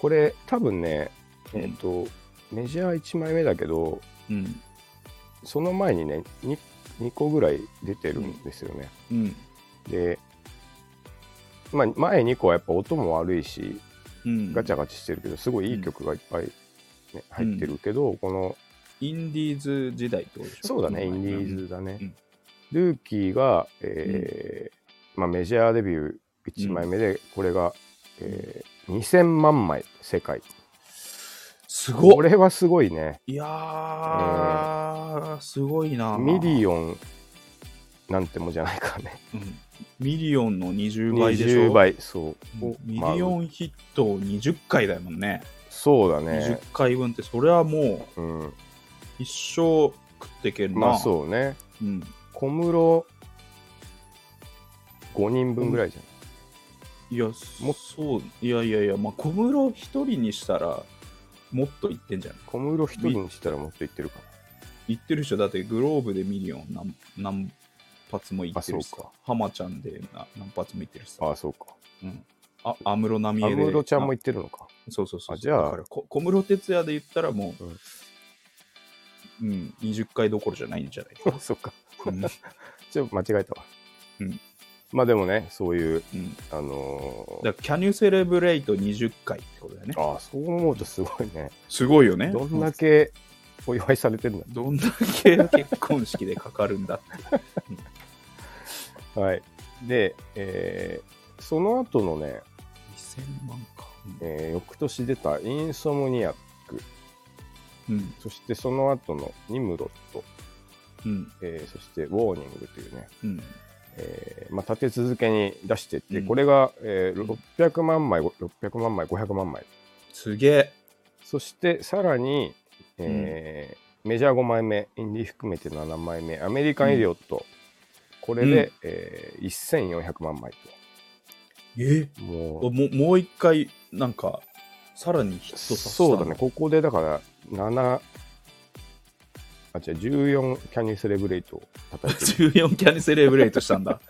Speaker 2: これ多分ね、
Speaker 1: うん
Speaker 2: えっ、と、メジャー1枚目だけど、
Speaker 1: うん、
Speaker 2: その前にね、2, 2個ぐらい出てるんですよね。
Speaker 1: うん、
Speaker 2: で、まあ、前2個はやっぱ音も悪いし、
Speaker 1: うん、
Speaker 2: ガチ
Speaker 1: ャ
Speaker 2: ャガチャしてるけど、すごいいい曲がいっぱい、ね、入ってるけど、この、
Speaker 1: インディーズ時代ってことでしょ
Speaker 2: そうだね、インディーズだね。
Speaker 1: うん
Speaker 2: ルーキーが、えーまあ、メジャーデビュー1枚目で、これが、えー2000万枚世界。
Speaker 1: す
Speaker 2: こ
Speaker 1: ごっ
Speaker 2: れはすごいね。
Speaker 1: いやー、すごいな
Speaker 2: ミリ
Speaker 1: オン、
Speaker 2: オンなんてもんじゃないからね。
Speaker 1: うん、ミリオンの20倍でしょ
Speaker 2: 20倍。そう。
Speaker 1: うんミリ
Speaker 2: まあ
Speaker 1: オンヒットを20回だもんね
Speaker 2: そうだ
Speaker 1: 20
Speaker 2: ね。
Speaker 1: 回分ってそれはも
Speaker 2: うん。
Speaker 1: う一生食ってけるな、
Speaker 2: まあそうね。
Speaker 1: う、ん、
Speaker 2: 小室5人分ぐらいじゃ
Speaker 1: いや
Speaker 2: もっ
Speaker 1: そういやいやいやまあ小室一人にしたらもっといってんじゃん
Speaker 2: ん。小室1人にしたらもっといってるかも。
Speaker 1: いってるでしょだってグローブでミリオン何何発もいってるし
Speaker 2: あそう
Speaker 1: さ
Speaker 2: か
Speaker 1: ハマちゃんでな何発もいってるしさ
Speaker 2: ああ、そうか。
Speaker 1: うんあ安室奈美
Speaker 2: 小
Speaker 1: 恵で
Speaker 2: 室ちゃんもいってるのか。
Speaker 1: なそうそうそう
Speaker 2: あじゃあ
Speaker 1: だからこ小室哲哉で言ったらもう
Speaker 2: うん、
Speaker 1: うん20回どころじゃないんじ
Speaker 2: (laughs)
Speaker 1: ゃないか
Speaker 2: そっか。
Speaker 1: うん
Speaker 2: ちょっと間違えたわ。
Speaker 1: うん
Speaker 2: まあでもね、そういう、
Speaker 1: うん
Speaker 2: あのー
Speaker 1: だから、Can you celebrate 20回ってことだよね。
Speaker 2: ああ、そう思うとすごいね。
Speaker 1: すごいよね。
Speaker 2: どんだけお祝いされてるん
Speaker 1: どんだけ結婚式でかかるんだって。
Speaker 2: だ。はい。で、えーその後のね、
Speaker 1: 2000万か。
Speaker 2: えー翌年出たインソムニア、
Speaker 1: うん。
Speaker 2: そしてその後のニムロット、
Speaker 1: うん。
Speaker 2: えーそしてウォーニングというね、
Speaker 1: うん。
Speaker 2: えーまあ、立て続けに出してって、
Speaker 1: うん
Speaker 2: これが、えー600万枚、600万枚、500万枚。
Speaker 1: すげえ。
Speaker 2: そしてさらに、えーメジャー5枚目、インディー含めて7枚目、アメリカン・イリオット、これで、
Speaker 1: うん
Speaker 2: えー1400万枚
Speaker 1: え
Speaker 2: と。も
Speaker 1: も
Speaker 2: う、
Speaker 1: もう一回、なんか、さらにヒットさせた
Speaker 2: そう
Speaker 1: (laughs)
Speaker 2: だね、。ここでだから、7、あ、違う、14キャニーセレブレイトを叩いてる。
Speaker 1: 14キャニセレブレイトしたんだ。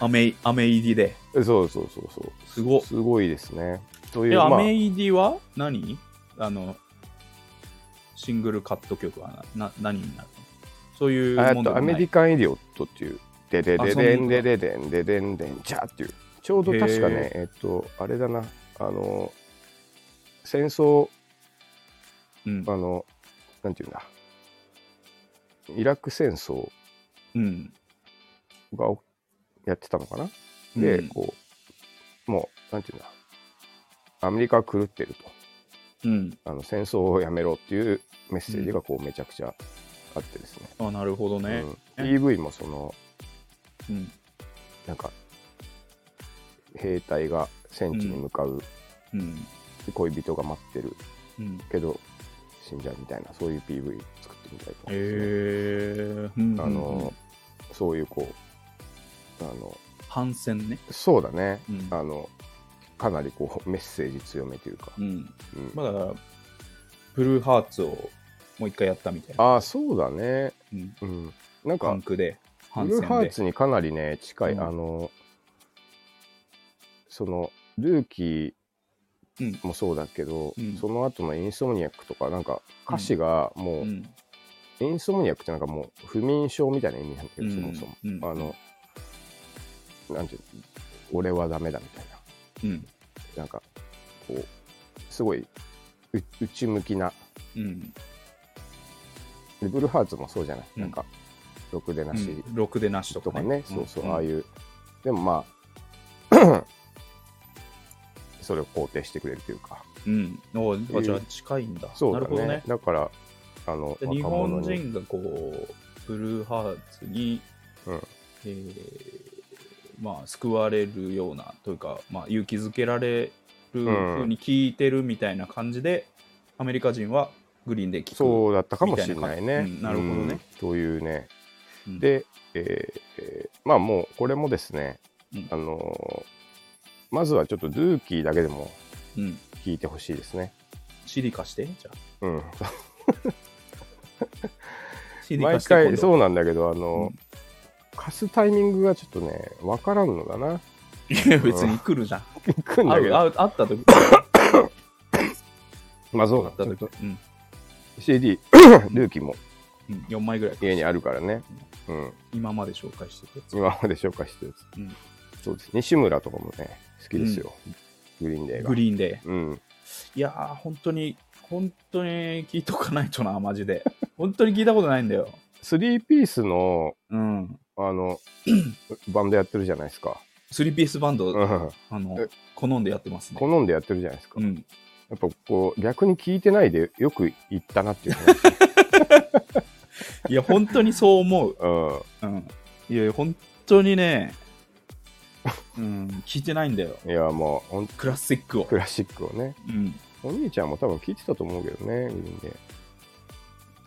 Speaker 1: アメ、アメ入りで。 (laughs)
Speaker 2: えそうそうそうそう。
Speaker 1: すごっ。
Speaker 2: すごいですね。とい
Speaker 1: え、
Speaker 2: う、
Speaker 1: ア
Speaker 2: まあ、
Speaker 1: メ入りは何あの、シングルカット曲はな、な何になるのそういう
Speaker 2: あ
Speaker 1: もんでも
Speaker 2: と
Speaker 1: ない
Speaker 2: アメリカン・イリオットっていう、でで
Speaker 1: あ
Speaker 2: で
Speaker 1: そうな
Speaker 2: で
Speaker 1: ん
Speaker 2: ん
Speaker 1: だ
Speaker 2: でででんででんでんちゃっていう、ちょうど確か
Speaker 1: へ
Speaker 2: ね、えっと、あれだな、あの、戦争、
Speaker 1: うん
Speaker 2: あ。の、なんていうんだ、イラク戦争
Speaker 1: うん。
Speaker 2: がおやってたのかな。で、
Speaker 1: うん
Speaker 2: こう、もう、なんていうんだ、アメリカは狂ってると。
Speaker 1: うん。
Speaker 2: あの戦争をやめろっていうメッセージがこうめちゃくちゃあってですね。
Speaker 1: あ、なるほど
Speaker 2: う
Speaker 1: ね。
Speaker 2: ん
Speaker 1: え
Speaker 2: EV もその
Speaker 1: うん。
Speaker 2: なんか兵隊が戦地に向かう、
Speaker 1: うん。
Speaker 2: 恋人が待ってる
Speaker 1: うん。
Speaker 2: けど死んじゃうみたいなそういう PV 作ってみたいな、
Speaker 1: えー、
Speaker 2: あの、そういうこうあの
Speaker 1: 反戦ね。
Speaker 2: そうだね、
Speaker 1: うん
Speaker 2: あのかなりこうメッセージ強めというか、
Speaker 1: うん。
Speaker 2: うん
Speaker 1: まだ、ブルーハーツをもう一回やったみたいな。
Speaker 2: ああそうだね、
Speaker 1: うん
Speaker 2: うん、なん
Speaker 1: パ
Speaker 2: か
Speaker 1: ンクで、
Speaker 2: ブ
Speaker 1: 反
Speaker 2: ルーハ
Speaker 1: 戦
Speaker 2: ー
Speaker 1: で。
Speaker 2: ツにかなりね近い、
Speaker 1: うん
Speaker 2: あのそのルーキ
Speaker 1: うん
Speaker 2: ーもそうだけど、
Speaker 1: うん
Speaker 2: その後のインソムニアックとかなんか歌詞がもう、
Speaker 1: うん。
Speaker 2: インソムニアックってなんかもう不眠症みたいな意味なんだけど、そもそも、
Speaker 1: うん
Speaker 2: あのなんていうの俺はダメだみたいな
Speaker 1: うん。
Speaker 2: なんかこうすごいう内向きな
Speaker 1: うん。
Speaker 2: でブルーハーツもそうじゃない、
Speaker 1: うん
Speaker 2: なんかろくでなし
Speaker 1: うんろくでなしと
Speaker 2: と
Speaker 1: か
Speaker 2: か
Speaker 1: ね。
Speaker 2: ね、そうそう、ああいううでもまあ (clears throat) それを肯定してくれるというか
Speaker 1: ん。うん。おーあじゃあ近いんだ。
Speaker 2: そう
Speaker 1: なる
Speaker 2: だ
Speaker 1: ほど
Speaker 2: ね
Speaker 1: ね。
Speaker 2: だからあの
Speaker 1: で日
Speaker 2: 若者
Speaker 1: 本
Speaker 2: に
Speaker 1: 人がこう、ブルーハーツに、
Speaker 2: うん
Speaker 1: えーまあ、救われるような、というか、まあ、勇気づけられるふうに聞いてるみたいな感じで、アメリカ人はグリーンで聞く。
Speaker 2: そうだったかもしれないね。
Speaker 1: みたいな感じうんなるほどね
Speaker 2: うんというね。
Speaker 1: うん
Speaker 2: で、えーえーまあもうこれもですね、
Speaker 1: うん
Speaker 2: あのーまずはちょっとルーキーだけでも
Speaker 1: うん。
Speaker 2: 聞いてほしいですね。
Speaker 1: シリ化して、じゃあ。
Speaker 2: うん、
Speaker 1: シリ化
Speaker 2: 毎
Speaker 1: して今
Speaker 2: 回
Speaker 1: 度
Speaker 2: そうなんだけど、あ
Speaker 1: うん
Speaker 2: の貸すタイミングがちょっとね、わからんのだな。 (laughs)
Speaker 1: いや (laughs) 別に来るじゃん。
Speaker 2: 行くんだ
Speaker 1: 会
Speaker 2: け
Speaker 1: う
Speaker 2: ど、
Speaker 1: 会う会った時
Speaker 2: まあそう
Speaker 1: 会
Speaker 2: なん
Speaker 1: った
Speaker 2: だ。ちょっと
Speaker 1: 時うん
Speaker 2: CD、ルー
Speaker 1: (coughs)
Speaker 2: キーも
Speaker 1: うん4枚ぐらい
Speaker 2: 家にあるからね。うん、
Speaker 1: 今まで紹介してて。
Speaker 2: 今まで紹介してるやつ、
Speaker 1: うん
Speaker 2: そうです。西村とかもね、好きですよ。グリーンデーが。
Speaker 1: グリーンで。
Speaker 2: うん、
Speaker 1: いやー、本当に、本当に聞いとかないとな、マジで。 (laughs) 本当に聞いたことないんだよ。
Speaker 2: 3ピースの
Speaker 1: うん。
Speaker 2: あ
Speaker 1: (coughs)
Speaker 2: のバンドやってるじゃないですか、
Speaker 1: スリーピースバンド、
Speaker 2: うん、
Speaker 1: あの
Speaker 2: え、
Speaker 1: 好んでやってますね。
Speaker 2: 好んでやってるじゃないですか、
Speaker 1: う
Speaker 2: や
Speaker 1: ん。
Speaker 2: っぱこう逆に聞いてないでよく言ったなっていうね、
Speaker 1: (laughs) いや、本当にそう思う。
Speaker 2: うん、
Speaker 1: うん。いやいや、本当にね、うん、聞いてないんだよ。
Speaker 2: いやまあほん
Speaker 1: クラシックを。
Speaker 2: クラシックをね
Speaker 1: うん。
Speaker 2: お兄ちゃんも多分聞いてたと思うけどねグリーンで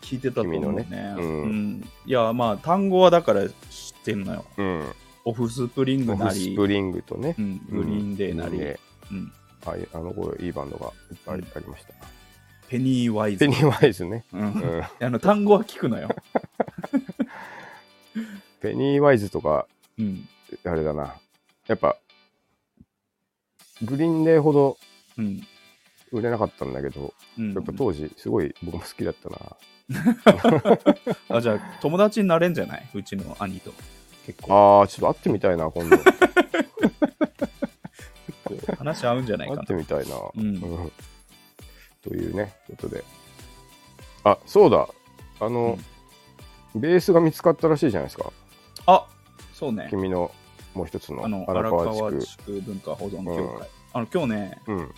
Speaker 1: 聞いてたと思う
Speaker 2: 君の
Speaker 1: ね。
Speaker 2: ね
Speaker 1: うん
Speaker 2: うん
Speaker 1: いや、まあ、単語はだから知ってんのよ。
Speaker 2: うん
Speaker 1: オフスプリング
Speaker 2: オ
Speaker 1: な
Speaker 2: フス
Speaker 1: り、
Speaker 2: プリングとね、
Speaker 1: うん、グリーンデーなり、
Speaker 2: グリーンデ
Speaker 1: うん、
Speaker 2: ーああいうあの頃いいバンドがいっぱいありました、
Speaker 1: ペニーワイズ
Speaker 2: ペ。ニーワイズね、
Speaker 1: うん
Speaker 2: うん、
Speaker 1: あの単語は聞くのよ。
Speaker 2: ペニーワイズとか
Speaker 1: うん。
Speaker 2: あれだなやっぱグリーンデーほど
Speaker 1: うん。
Speaker 2: 売れなかったんだけど
Speaker 1: うん
Speaker 2: やっぱ当時すごい僕も好きだったな、
Speaker 1: あじゃあ友達になれんじゃないうちの兄と結構
Speaker 2: ああ、ちょっと会ってみたいな、今度。 (laughs) 会
Speaker 1: 結構話合うんじゃないかな
Speaker 2: ってみたいな。
Speaker 1: うん
Speaker 2: うんというね、ことで。あ、そうだ。あの、ベースが見つかったらしいじゃないですか。
Speaker 1: あそうね
Speaker 2: 君のもう一つの
Speaker 1: あの
Speaker 2: 荒
Speaker 1: 荒川
Speaker 2: 川地区。
Speaker 1: 地区文化保存協会、
Speaker 2: うん
Speaker 1: あの今日ね
Speaker 2: うん。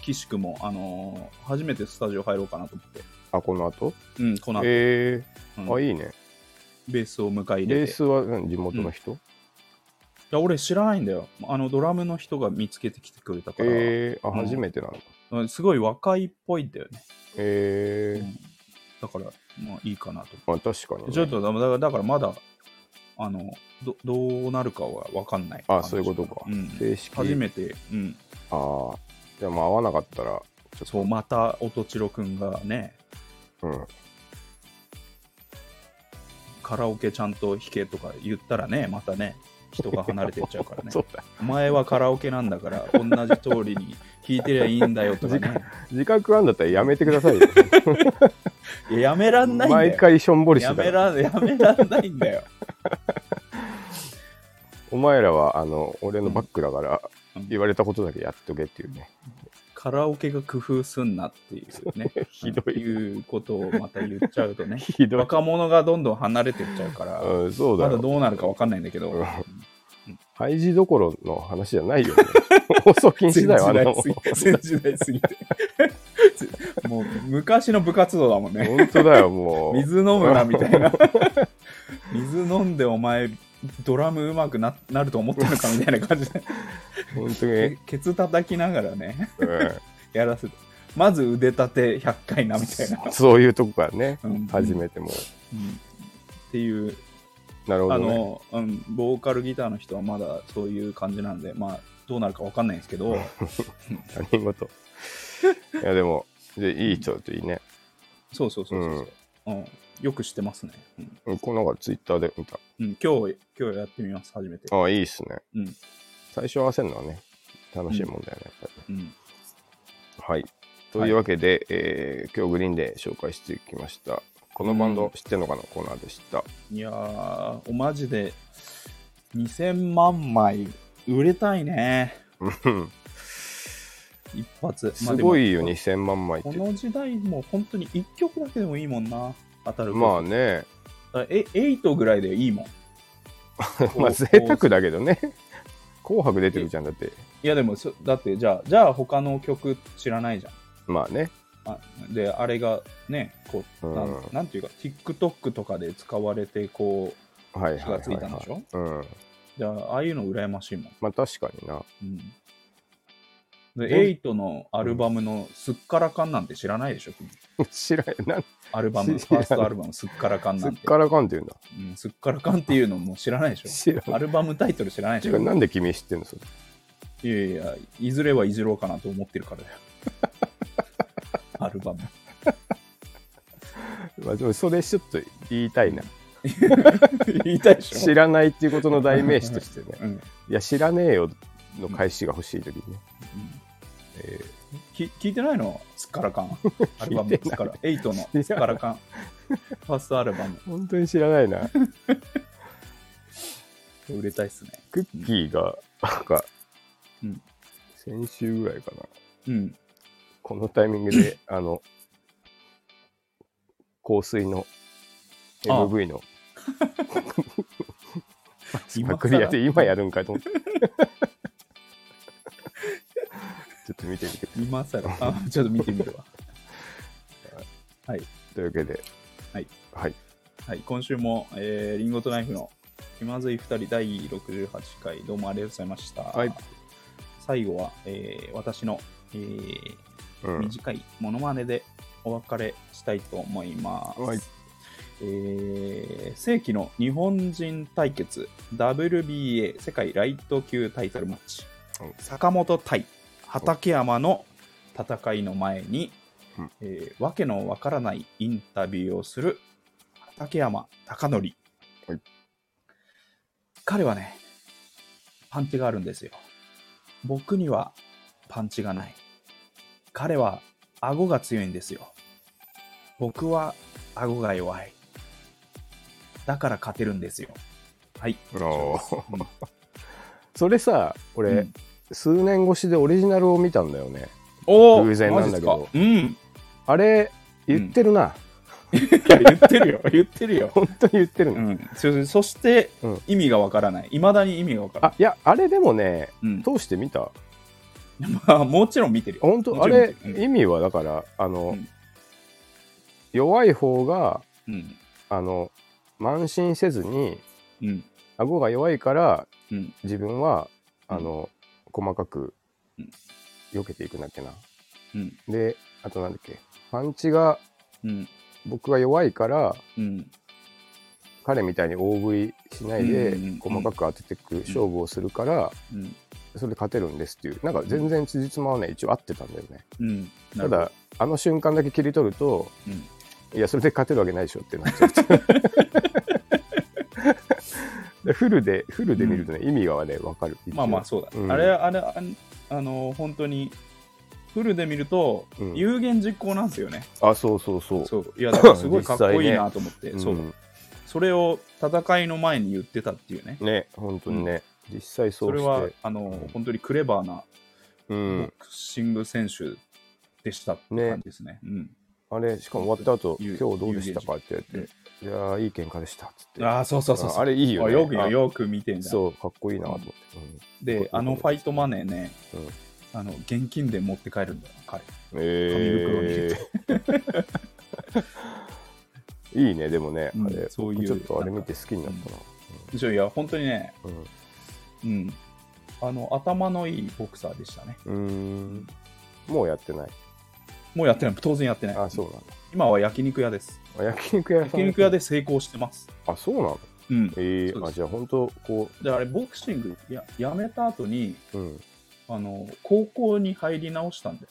Speaker 1: 岸君も、あのー初めてスタジオ入ろうかなと思って、
Speaker 2: あ、この後
Speaker 1: うん、この後、
Speaker 2: え
Speaker 1: う
Speaker 2: え
Speaker 1: ん
Speaker 2: ー。あ、いいね。
Speaker 1: ベースを迎え入
Speaker 2: ベ
Speaker 1: れ
Speaker 2: ー
Speaker 1: てい
Speaker 2: スは何地元の人
Speaker 1: や俺知らないんだよあのドラムの人が見つけてきてくれたから、
Speaker 2: ええー。あ、
Speaker 1: うん
Speaker 2: 初めてなんだ。
Speaker 1: うんすごい若いっぽいんだよね、
Speaker 2: ええ
Speaker 1: うんだから、まあ、いいかなと
Speaker 2: ー。まあ、確かにね。
Speaker 1: ちょっとだからだからまだあのどどうなるかは分かんない
Speaker 2: あそういうことか
Speaker 1: うん
Speaker 2: 正式。
Speaker 1: 初めて、うん、
Speaker 2: ああ。じゃあ、まあ、合わなかったら、ちょっ
Speaker 1: そうまた音千代くんがね
Speaker 2: と、うん。
Speaker 1: カラオケちゃんと弾けとか言ったらねまたね人が離れてっちゃうからね
Speaker 2: (laughs) そうだ。
Speaker 1: お前はカラオケなんだから同じ通りに弾いてりゃいいんだよとかね
Speaker 2: (laughs) 自覚あんだったらやめてくださいよ。
Speaker 1: いや (laughs) やめらんないんだよ
Speaker 2: 毎回しょんぼりし
Speaker 1: や
Speaker 2: てた
Speaker 1: め
Speaker 2: から
Speaker 1: らやめらんないんだよ、
Speaker 2: お前らはあの俺のバックだから、
Speaker 1: うん
Speaker 2: 言われたことだけやっとけって
Speaker 1: (laughs)
Speaker 2: いうね、
Speaker 1: カラオケが工夫すんなっていうね
Speaker 2: ひどい
Speaker 1: いうことをまた言っちゃうと
Speaker 2: (laughs)
Speaker 1: ね
Speaker 2: ひどい、
Speaker 1: 若者がどんどん離れてっちゃうから、
Speaker 2: うん、そうだ
Speaker 1: ま
Speaker 2: よ
Speaker 1: だどうなるか分かんないんだけど、
Speaker 2: うん廃寺どころの話じゃない
Speaker 1: (laughs)
Speaker 2: よ、ね、放送禁止だよあんなもん
Speaker 1: 先時代すぎて (laughs) もう昔の部活動だもんね
Speaker 2: 本当だよもう
Speaker 1: 水飲むなみたいな水飲んでお前ドラムうまくななると思ったのかみたいな感じで
Speaker 2: 本当に、
Speaker 1: ケケツ叩きながらね
Speaker 2: うん
Speaker 1: やらせてまず腕立て100回なみたい
Speaker 2: (laughs)
Speaker 1: な、
Speaker 2: そういうとこからね、
Speaker 1: うん
Speaker 2: 始めても。
Speaker 1: うんっていう
Speaker 2: なるほ
Speaker 1: あ
Speaker 2: どね。
Speaker 1: の、うん、ボーカルギターの人はまだそういう感じなんで、まあ、どうなるかわかんないんですけど、
Speaker 2: 他人事。 (laughs) いや、でも、でいい人だといいね。
Speaker 1: そうそうそうそうそう、うんよく知ってますね、うん。
Speaker 2: うん、このなんかツイッターで見た。
Speaker 1: うん今日、今日やってみます、初めて。
Speaker 2: ああ、いいっすね。
Speaker 1: うん
Speaker 2: 最初合わせるのはね、楽しいもんだよね、やっぱりね
Speaker 1: うん、
Speaker 2: はい。というわけで、えー今日グリーンで紹介してきました。このバン
Speaker 1: う
Speaker 2: ド
Speaker 1: ん
Speaker 2: 知ってんのかのコーナーでした。
Speaker 1: いやー、おまじで2000万枚売れたいね、
Speaker 2: うん
Speaker 1: 一発。ま
Speaker 2: す
Speaker 1: あ
Speaker 2: ごいよ、
Speaker 1: でも
Speaker 2: 2000万枚って
Speaker 1: こ。の時代、もう本当に1曲だけでもいいもんな、当たる
Speaker 2: まあ
Speaker 1: ね、
Speaker 2: ね、
Speaker 1: だからえ8ぐらいでいいもん。
Speaker 2: (laughs) まあ
Speaker 1: こう
Speaker 2: 贅沢だけどね。紅白出てるじゃん、だって。
Speaker 1: いやでもそだってじゃあじゃあ他の曲知らないじゃん
Speaker 2: まあね。
Speaker 1: あであれがねこうなん,、
Speaker 2: うん
Speaker 1: なんていうか TikTok とかで使われてこ
Speaker 2: はいはいはい、
Speaker 1: う火がついたんでしょ、
Speaker 2: はい。うん。
Speaker 1: じゃあああいうの羨ましいもん、
Speaker 2: まあ確かにな。
Speaker 1: うん、
Speaker 2: で
Speaker 1: で8のアルバムの「すっからかん」なんて知らないでしょ、君
Speaker 2: 知らん、なん
Speaker 1: アルバム
Speaker 2: 知
Speaker 1: ファ
Speaker 2: らな
Speaker 1: ー
Speaker 2: い
Speaker 1: ストアルバム「すっからかん」
Speaker 2: す
Speaker 1: な
Speaker 2: っ
Speaker 1: んて
Speaker 2: からかんっていうんだ。
Speaker 1: うんすっからかんっていうのも知らないでし
Speaker 2: 知ら
Speaker 1: ょア
Speaker 2: ん。
Speaker 1: ルバムタイトル知らないで
Speaker 2: て
Speaker 1: し
Speaker 2: か
Speaker 1: ょ
Speaker 2: なんで君知ってんのそれ
Speaker 1: いやいや、いずれはいじろうかなと思ってる
Speaker 2: (laughs)
Speaker 1: からだよ。アルバム。
Speaker 2: まあでもそれちょっと言いたいな。
Speaker 1: 言いたいでしょ
Speaker 2: 知らないっていうことの代名詞として (laughs) ね。
Speaker 1: うん
Speaker 2: いや、知らねえよの返しが欲しいときにね。えー
Speaker 1: き聞いてないのスカラカン。アルバ
Speaker 2: (laughs)
Speaker 1: ム
Speaker 2: 聞い
Speaker 1: の
Speaker 2: て
Speaker 1: ス
Speaker 2: ない
Speaker 1: カラ、エイトのスカラカン。ファーストアルバム。
Speaker 2: 本当に知らないな。
Speaker 1: 売れたいっすね。
Speaker 2: クッキーが、なんか、
Speaker 1: うん
Speaker 2: 先週ぐらいかな。
Speaker 1: うん。
Speaker 2: このタイミング (laughs) で、あの、香水の
Speaker 1: ああ
Speaker 2: MV の。
Speaker 1: 今
Speaker 2: パ
Speaker 1: 更
Speaker 2: クリやって今やるんかいと思って。ち (laughs) ょっと見てみて。
Speaker 1: 今更。あ、ちょっと見てみるわ。
Speaker 2: というわけで、
Speaker 1: はい。
Speaker 2: はい。
Speaker 1: はい、今週も、えーリンゴとナイフの気まずい2人第68回、どうもありがとうございました。
Speaker 2: はい
Speaker 1: 最後は、えー私の、えー
Speaker 2: うん。
Speaker 1: 短いモノマネでお別れしたいと思います。
Speaker 2: はい
Speaker 1: えー世紀の日本人対決 WBA 世界ライト級タイトルマッチ、
Speaker 2: うん
Speaker 1: 坂本対畠山の戦いの前に、
Speaker 2: うん
Speaker 1: えーわけのわからないインタビューをする畠山貴則、
Speaker 2: はい
Speaker 1: 彼はねパンチがあるんですよ僕にはパンチがない彼は顎が強いんですよ僕は顎が弱いだから勝てるんですよはい
Speaker 2: あー (laughs) それさ、俺、
Speaker 1: うん
Speaker 2: 数年越しでオリジナルを見たんだよね。
Speaker 1: おお
Speaker 2: 偶然なんだけど
Speaker 1: うん
Speaker 2: あれ、言ってるな。
Speaker 1: いや言って (laughs) るよ言ってるよ、
Speaker 2: 本当に言ってる
Speaker 1: う
Speaker 2: の。
Speaker 1: ん、そそして、
Speaker 2: うん
Speaker 1: 意味がわからないいまだに意味がわからな
Speaker 2: あ
Speaker 1: い、
Speaker 2: いや、あれでもね、
Speaker 1: うん、
Speaker 2: 通して見た。
Speaker 1: まあもちろん見てるよ
Speaker 2: 本当
Speaker 1: も
Speaker 2: あ
Speaker 1: ちろん
Speaker 2: れ、
Speaker 1: うん
Speaker 2: 意味はだから、あの、
Speaker 1: うん
Speaker 2: 弱い方が、
Speaker 1: うん
Speaker 2: あの、慢心せずに、
Speaker 1: うん
Speaker 2: 顎が弱いから、
Speaker 1: うん
Speaker 2: 自分は、
Speaker 1: うん
Speaker 2: あの、細かく
Speaker 1: うん、
Speaker 2: 避けていくんだっけな。
Speaker 1: うん
Speaker 2: で、あとなんだっけ、パンチが、
Speaker 1: うん
Speaker 2: 僕が弱いから、
Speaker 1: うん
Speaker 2: 彼みたいに大食いしないで
Speaker 1: うんうんうん、
Speaker 2: 細かく当てていく勝負をするから、
Speaker 1: うん
Speaker 2: それで勝てるんですっていう、なんか全然辻褄はね、一応合ってたんだよね。
Speaker 1: うん
Speaker 2: た
Speaker 1: なるほど
Speaker 2: だ、あの瞬間だけ切り取ると、
Speaker 1: うん
Speaker 2: いや、それで勝てるわけないでしょってなっ
Speaker 1: (laughs)
Speaker 2: ちゃった。でフルで、フルで見るとね、意味がね、わかる。
Speaker 1: まあまあそうだ、
Speaker 2: うん
Speaker 1: あれあれあんあの本当にフルで見ると、
Speaker 2: うん
Speaker 1: 有言実行なんですよね
Speaker 2: あ、そうそうそう。
Speaker 1: そういやだからすごいかっこいい
Speaker 2: 実際ね
Speaker 1: なと思って、
Speaker 2: うん
Speaker 1: そうそれを戦いの前に言ってたっていうね
Speaker 2: ね、本当にね、実際そ
Speaker 1: そう
Speaker 2: して。
Speaker 1: れはあの、
Speaker 2: うん
Speaker 1: 本当にクレバーな
Speaker 2: う
Speaker 1: ボ
Speaker 2: ん
Speaker 1: ク。シング選手でしたって感じですね
Speaker 2: あれ、しかも終わった後、
Speaker 1: 有
Speaker 2: 今日どうでしたかって言って、いやー、いい喧嘩でしたっつって。
Speaker 1: うん、ああそうそうそうそう
Speaker 2: あれいいよね。
Speaker 1: よくよ
Speaker 2: あ
Speaker 1: よく見てんじゃん
Speaker 2: そう、かっこいいなと思って。うん
Speaker 1: であのファイトマネーね、
Speaker 2: うん
Speaker 1: あの現金で持って帰るんだよ彼
Speaker 2: ええ (laughs) いいね、でもね、
Speaker 1: うん
Speaker 2: あれ、
Speaker 1: そういう
Speaker 2: ちょっとあれ見て好きになったな。
Speaker 1: ちょいや本当にね
Speaker 2: うん
Speaker 1: うんあの頭のいいボクサーでしたね
Speaker 2: うーん、もうやってない。
Speaker 1: もうやってない。当然やってない。
Speaker 2: あ、そうなんだ
Speaker 1: 今は焼肉屋です。
Speaker 2: あ。焼肉屋さん。
Speaker 1: 焼肉屋で成功してます。
Speaker 2: あ、そうなの
Speaker 1: うん。
Speaker 2: ええ
Speaker 1: そう
Speaker 2: ー、あ、
Speaker 1: です
Speaker 2: じゃあ本当こ
Speaker 1: で、あれ、ボクシングややめた後に、
Speaker 2: う、うん。
Speaker 1: あの、高校に入り直したんで、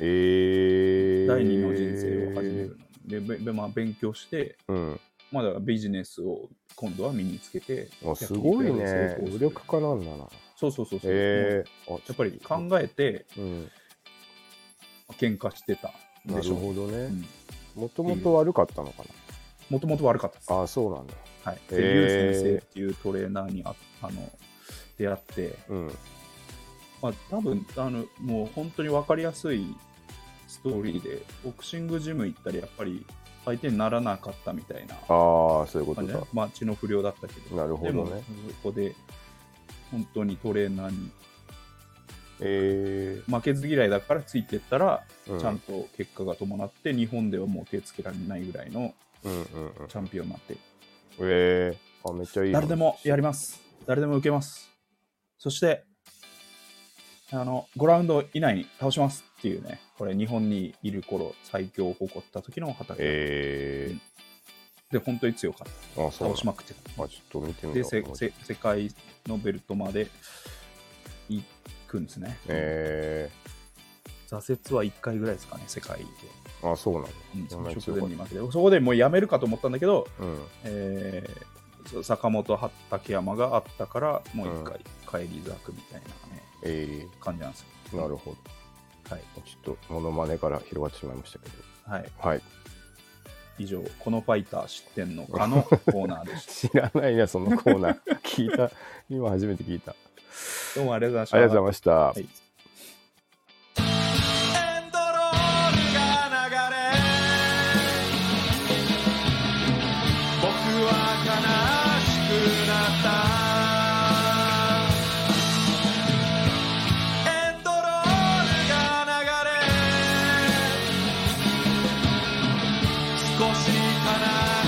Speaker 2: えー、
Speaker 1: 第二の人生を始めるのに。で、べべまあ、勉強して、
Speaker 2: うん。
Speaker 1: まあだからビジネスを今度は身につけて、
Speaker 2: あ、すごい
Speaker 1: 焼肉屋で成
Speaker 2: ね。
Speaker 1: 功す
Speaker 2: 努
Speaker 1: る
Speaker 2: 力家なんだな。
Speaker 1: そうそうそうそう。
Speaker 2: えー、あ
Speaker 1: やっぱり考えて
Speaker 2: うん。
Speaker 1: 喧嘩してたん
Speaker 2: な
Speaker 1: でし
Speaker 2: る
Speaker 1: ょ
Speaker 2: ほ
Speaker 1: う。
Speaker 2: どね。
Speaker 1: うん
Speaker 2: もともと悪かったのか
Speaker 1: もともと悪かったです。
Speaker 2: な。あ、そうなんだ。
Speaker 1: はい、で、
Speaker 2: へー
Speaker 1: ゆう先生っていうトレーナーにああの出会って、
Speaker 2: うん。
Speaker 1: まあ、多分あのもう本当に分かりやすいストーリーで、ボクシングジム行ったらやっぱり相手にならなかったみたいな
Speaker 2: ああ、そういうこ
Speaker 1: 感
Speaker 2: と
Speaker 1: じ
Speaker 2: だ
Speaker 1: ね。、まあ、血の不良だったけど、
Speaker 2: なるほ
Speaker 1: で
Speaker 2: ど
Speaker 1: も
Speaker 2: ね。
Speaker 1: そこで本当にトレーナーに
Speaker 2: え
Speaker 1: 負けず嫌いだからついてったら、
Speaker 2: ー、うん
Speaker 1: ちゃんと結果が伴って、日本ではもう手つけられないぐらいの
Speaker 2: うんうんうん。
Speaker 1: チャンピオンになって、
Speaker 2: えー、あ、めっちゃいい話。
Speaker 1: 誰でもやります。誰でも受けます。そして、あの、5ラウンド以内に倒しますっていうね、これ日本にいる頃、最強を誇った時の畑、
Speaker 2: え
Speaker 1: で、本当に強かっ
Speaker 2: ー、あ、
Speaker 1: た。
Speaker 2: そう
Speaker 1: 倒
Speaker 2: なんだ。
Speaker 1: しまくってた。
Speaker 2: あ、ちょっと見てみ
Speaker 1: で
Speaker 2: よ
Speaker 1: せ
Speaker 2: う。
Speaker 1: せ、世界のベルトまで行くんですね。
Speaker 2: え
Speaker 1: 挫折は1回ぐらいですかね、世界で。
Speaker 2: ー、あ、そうなんだ。
Speaker 1: うん、そ
Speaker 2: んなに
Speaker 1: の直
Speaker 2: 強かった
Speaker 1: 前に負けて。そこでもうやめるかと思ったんだけど、
Speaker 2: うん。
Speaker 1: えーそう坂本畠山があったから、もう1回帰り咲くみたいなね。
Speaker 2: え
Speaker 1: 感じなんですよ。
Speaker 2: ー、なるほど。
Speaker 1: はい。
Speaker 2: ちょっと、モノマネから広がってしまいましたけど。
Speaker 1: はい。
Speaker 2: はい。 (laughs)
Speaker 1: 以上、このファイター知ってんのかのコーナーでし
Speaker 2: 知らないな、そのコーナー。聞いた。今初めて聞いた。あ
Speaker 1: た。どうもありがとうございま
Speaker 2: り
Speaker 1: した。
Speaker 2: がとうございました。
Speaker 1: はい
Speaker 3: エンドロールが流れ僕は悲しくなったエンドロールが流れ少し悲し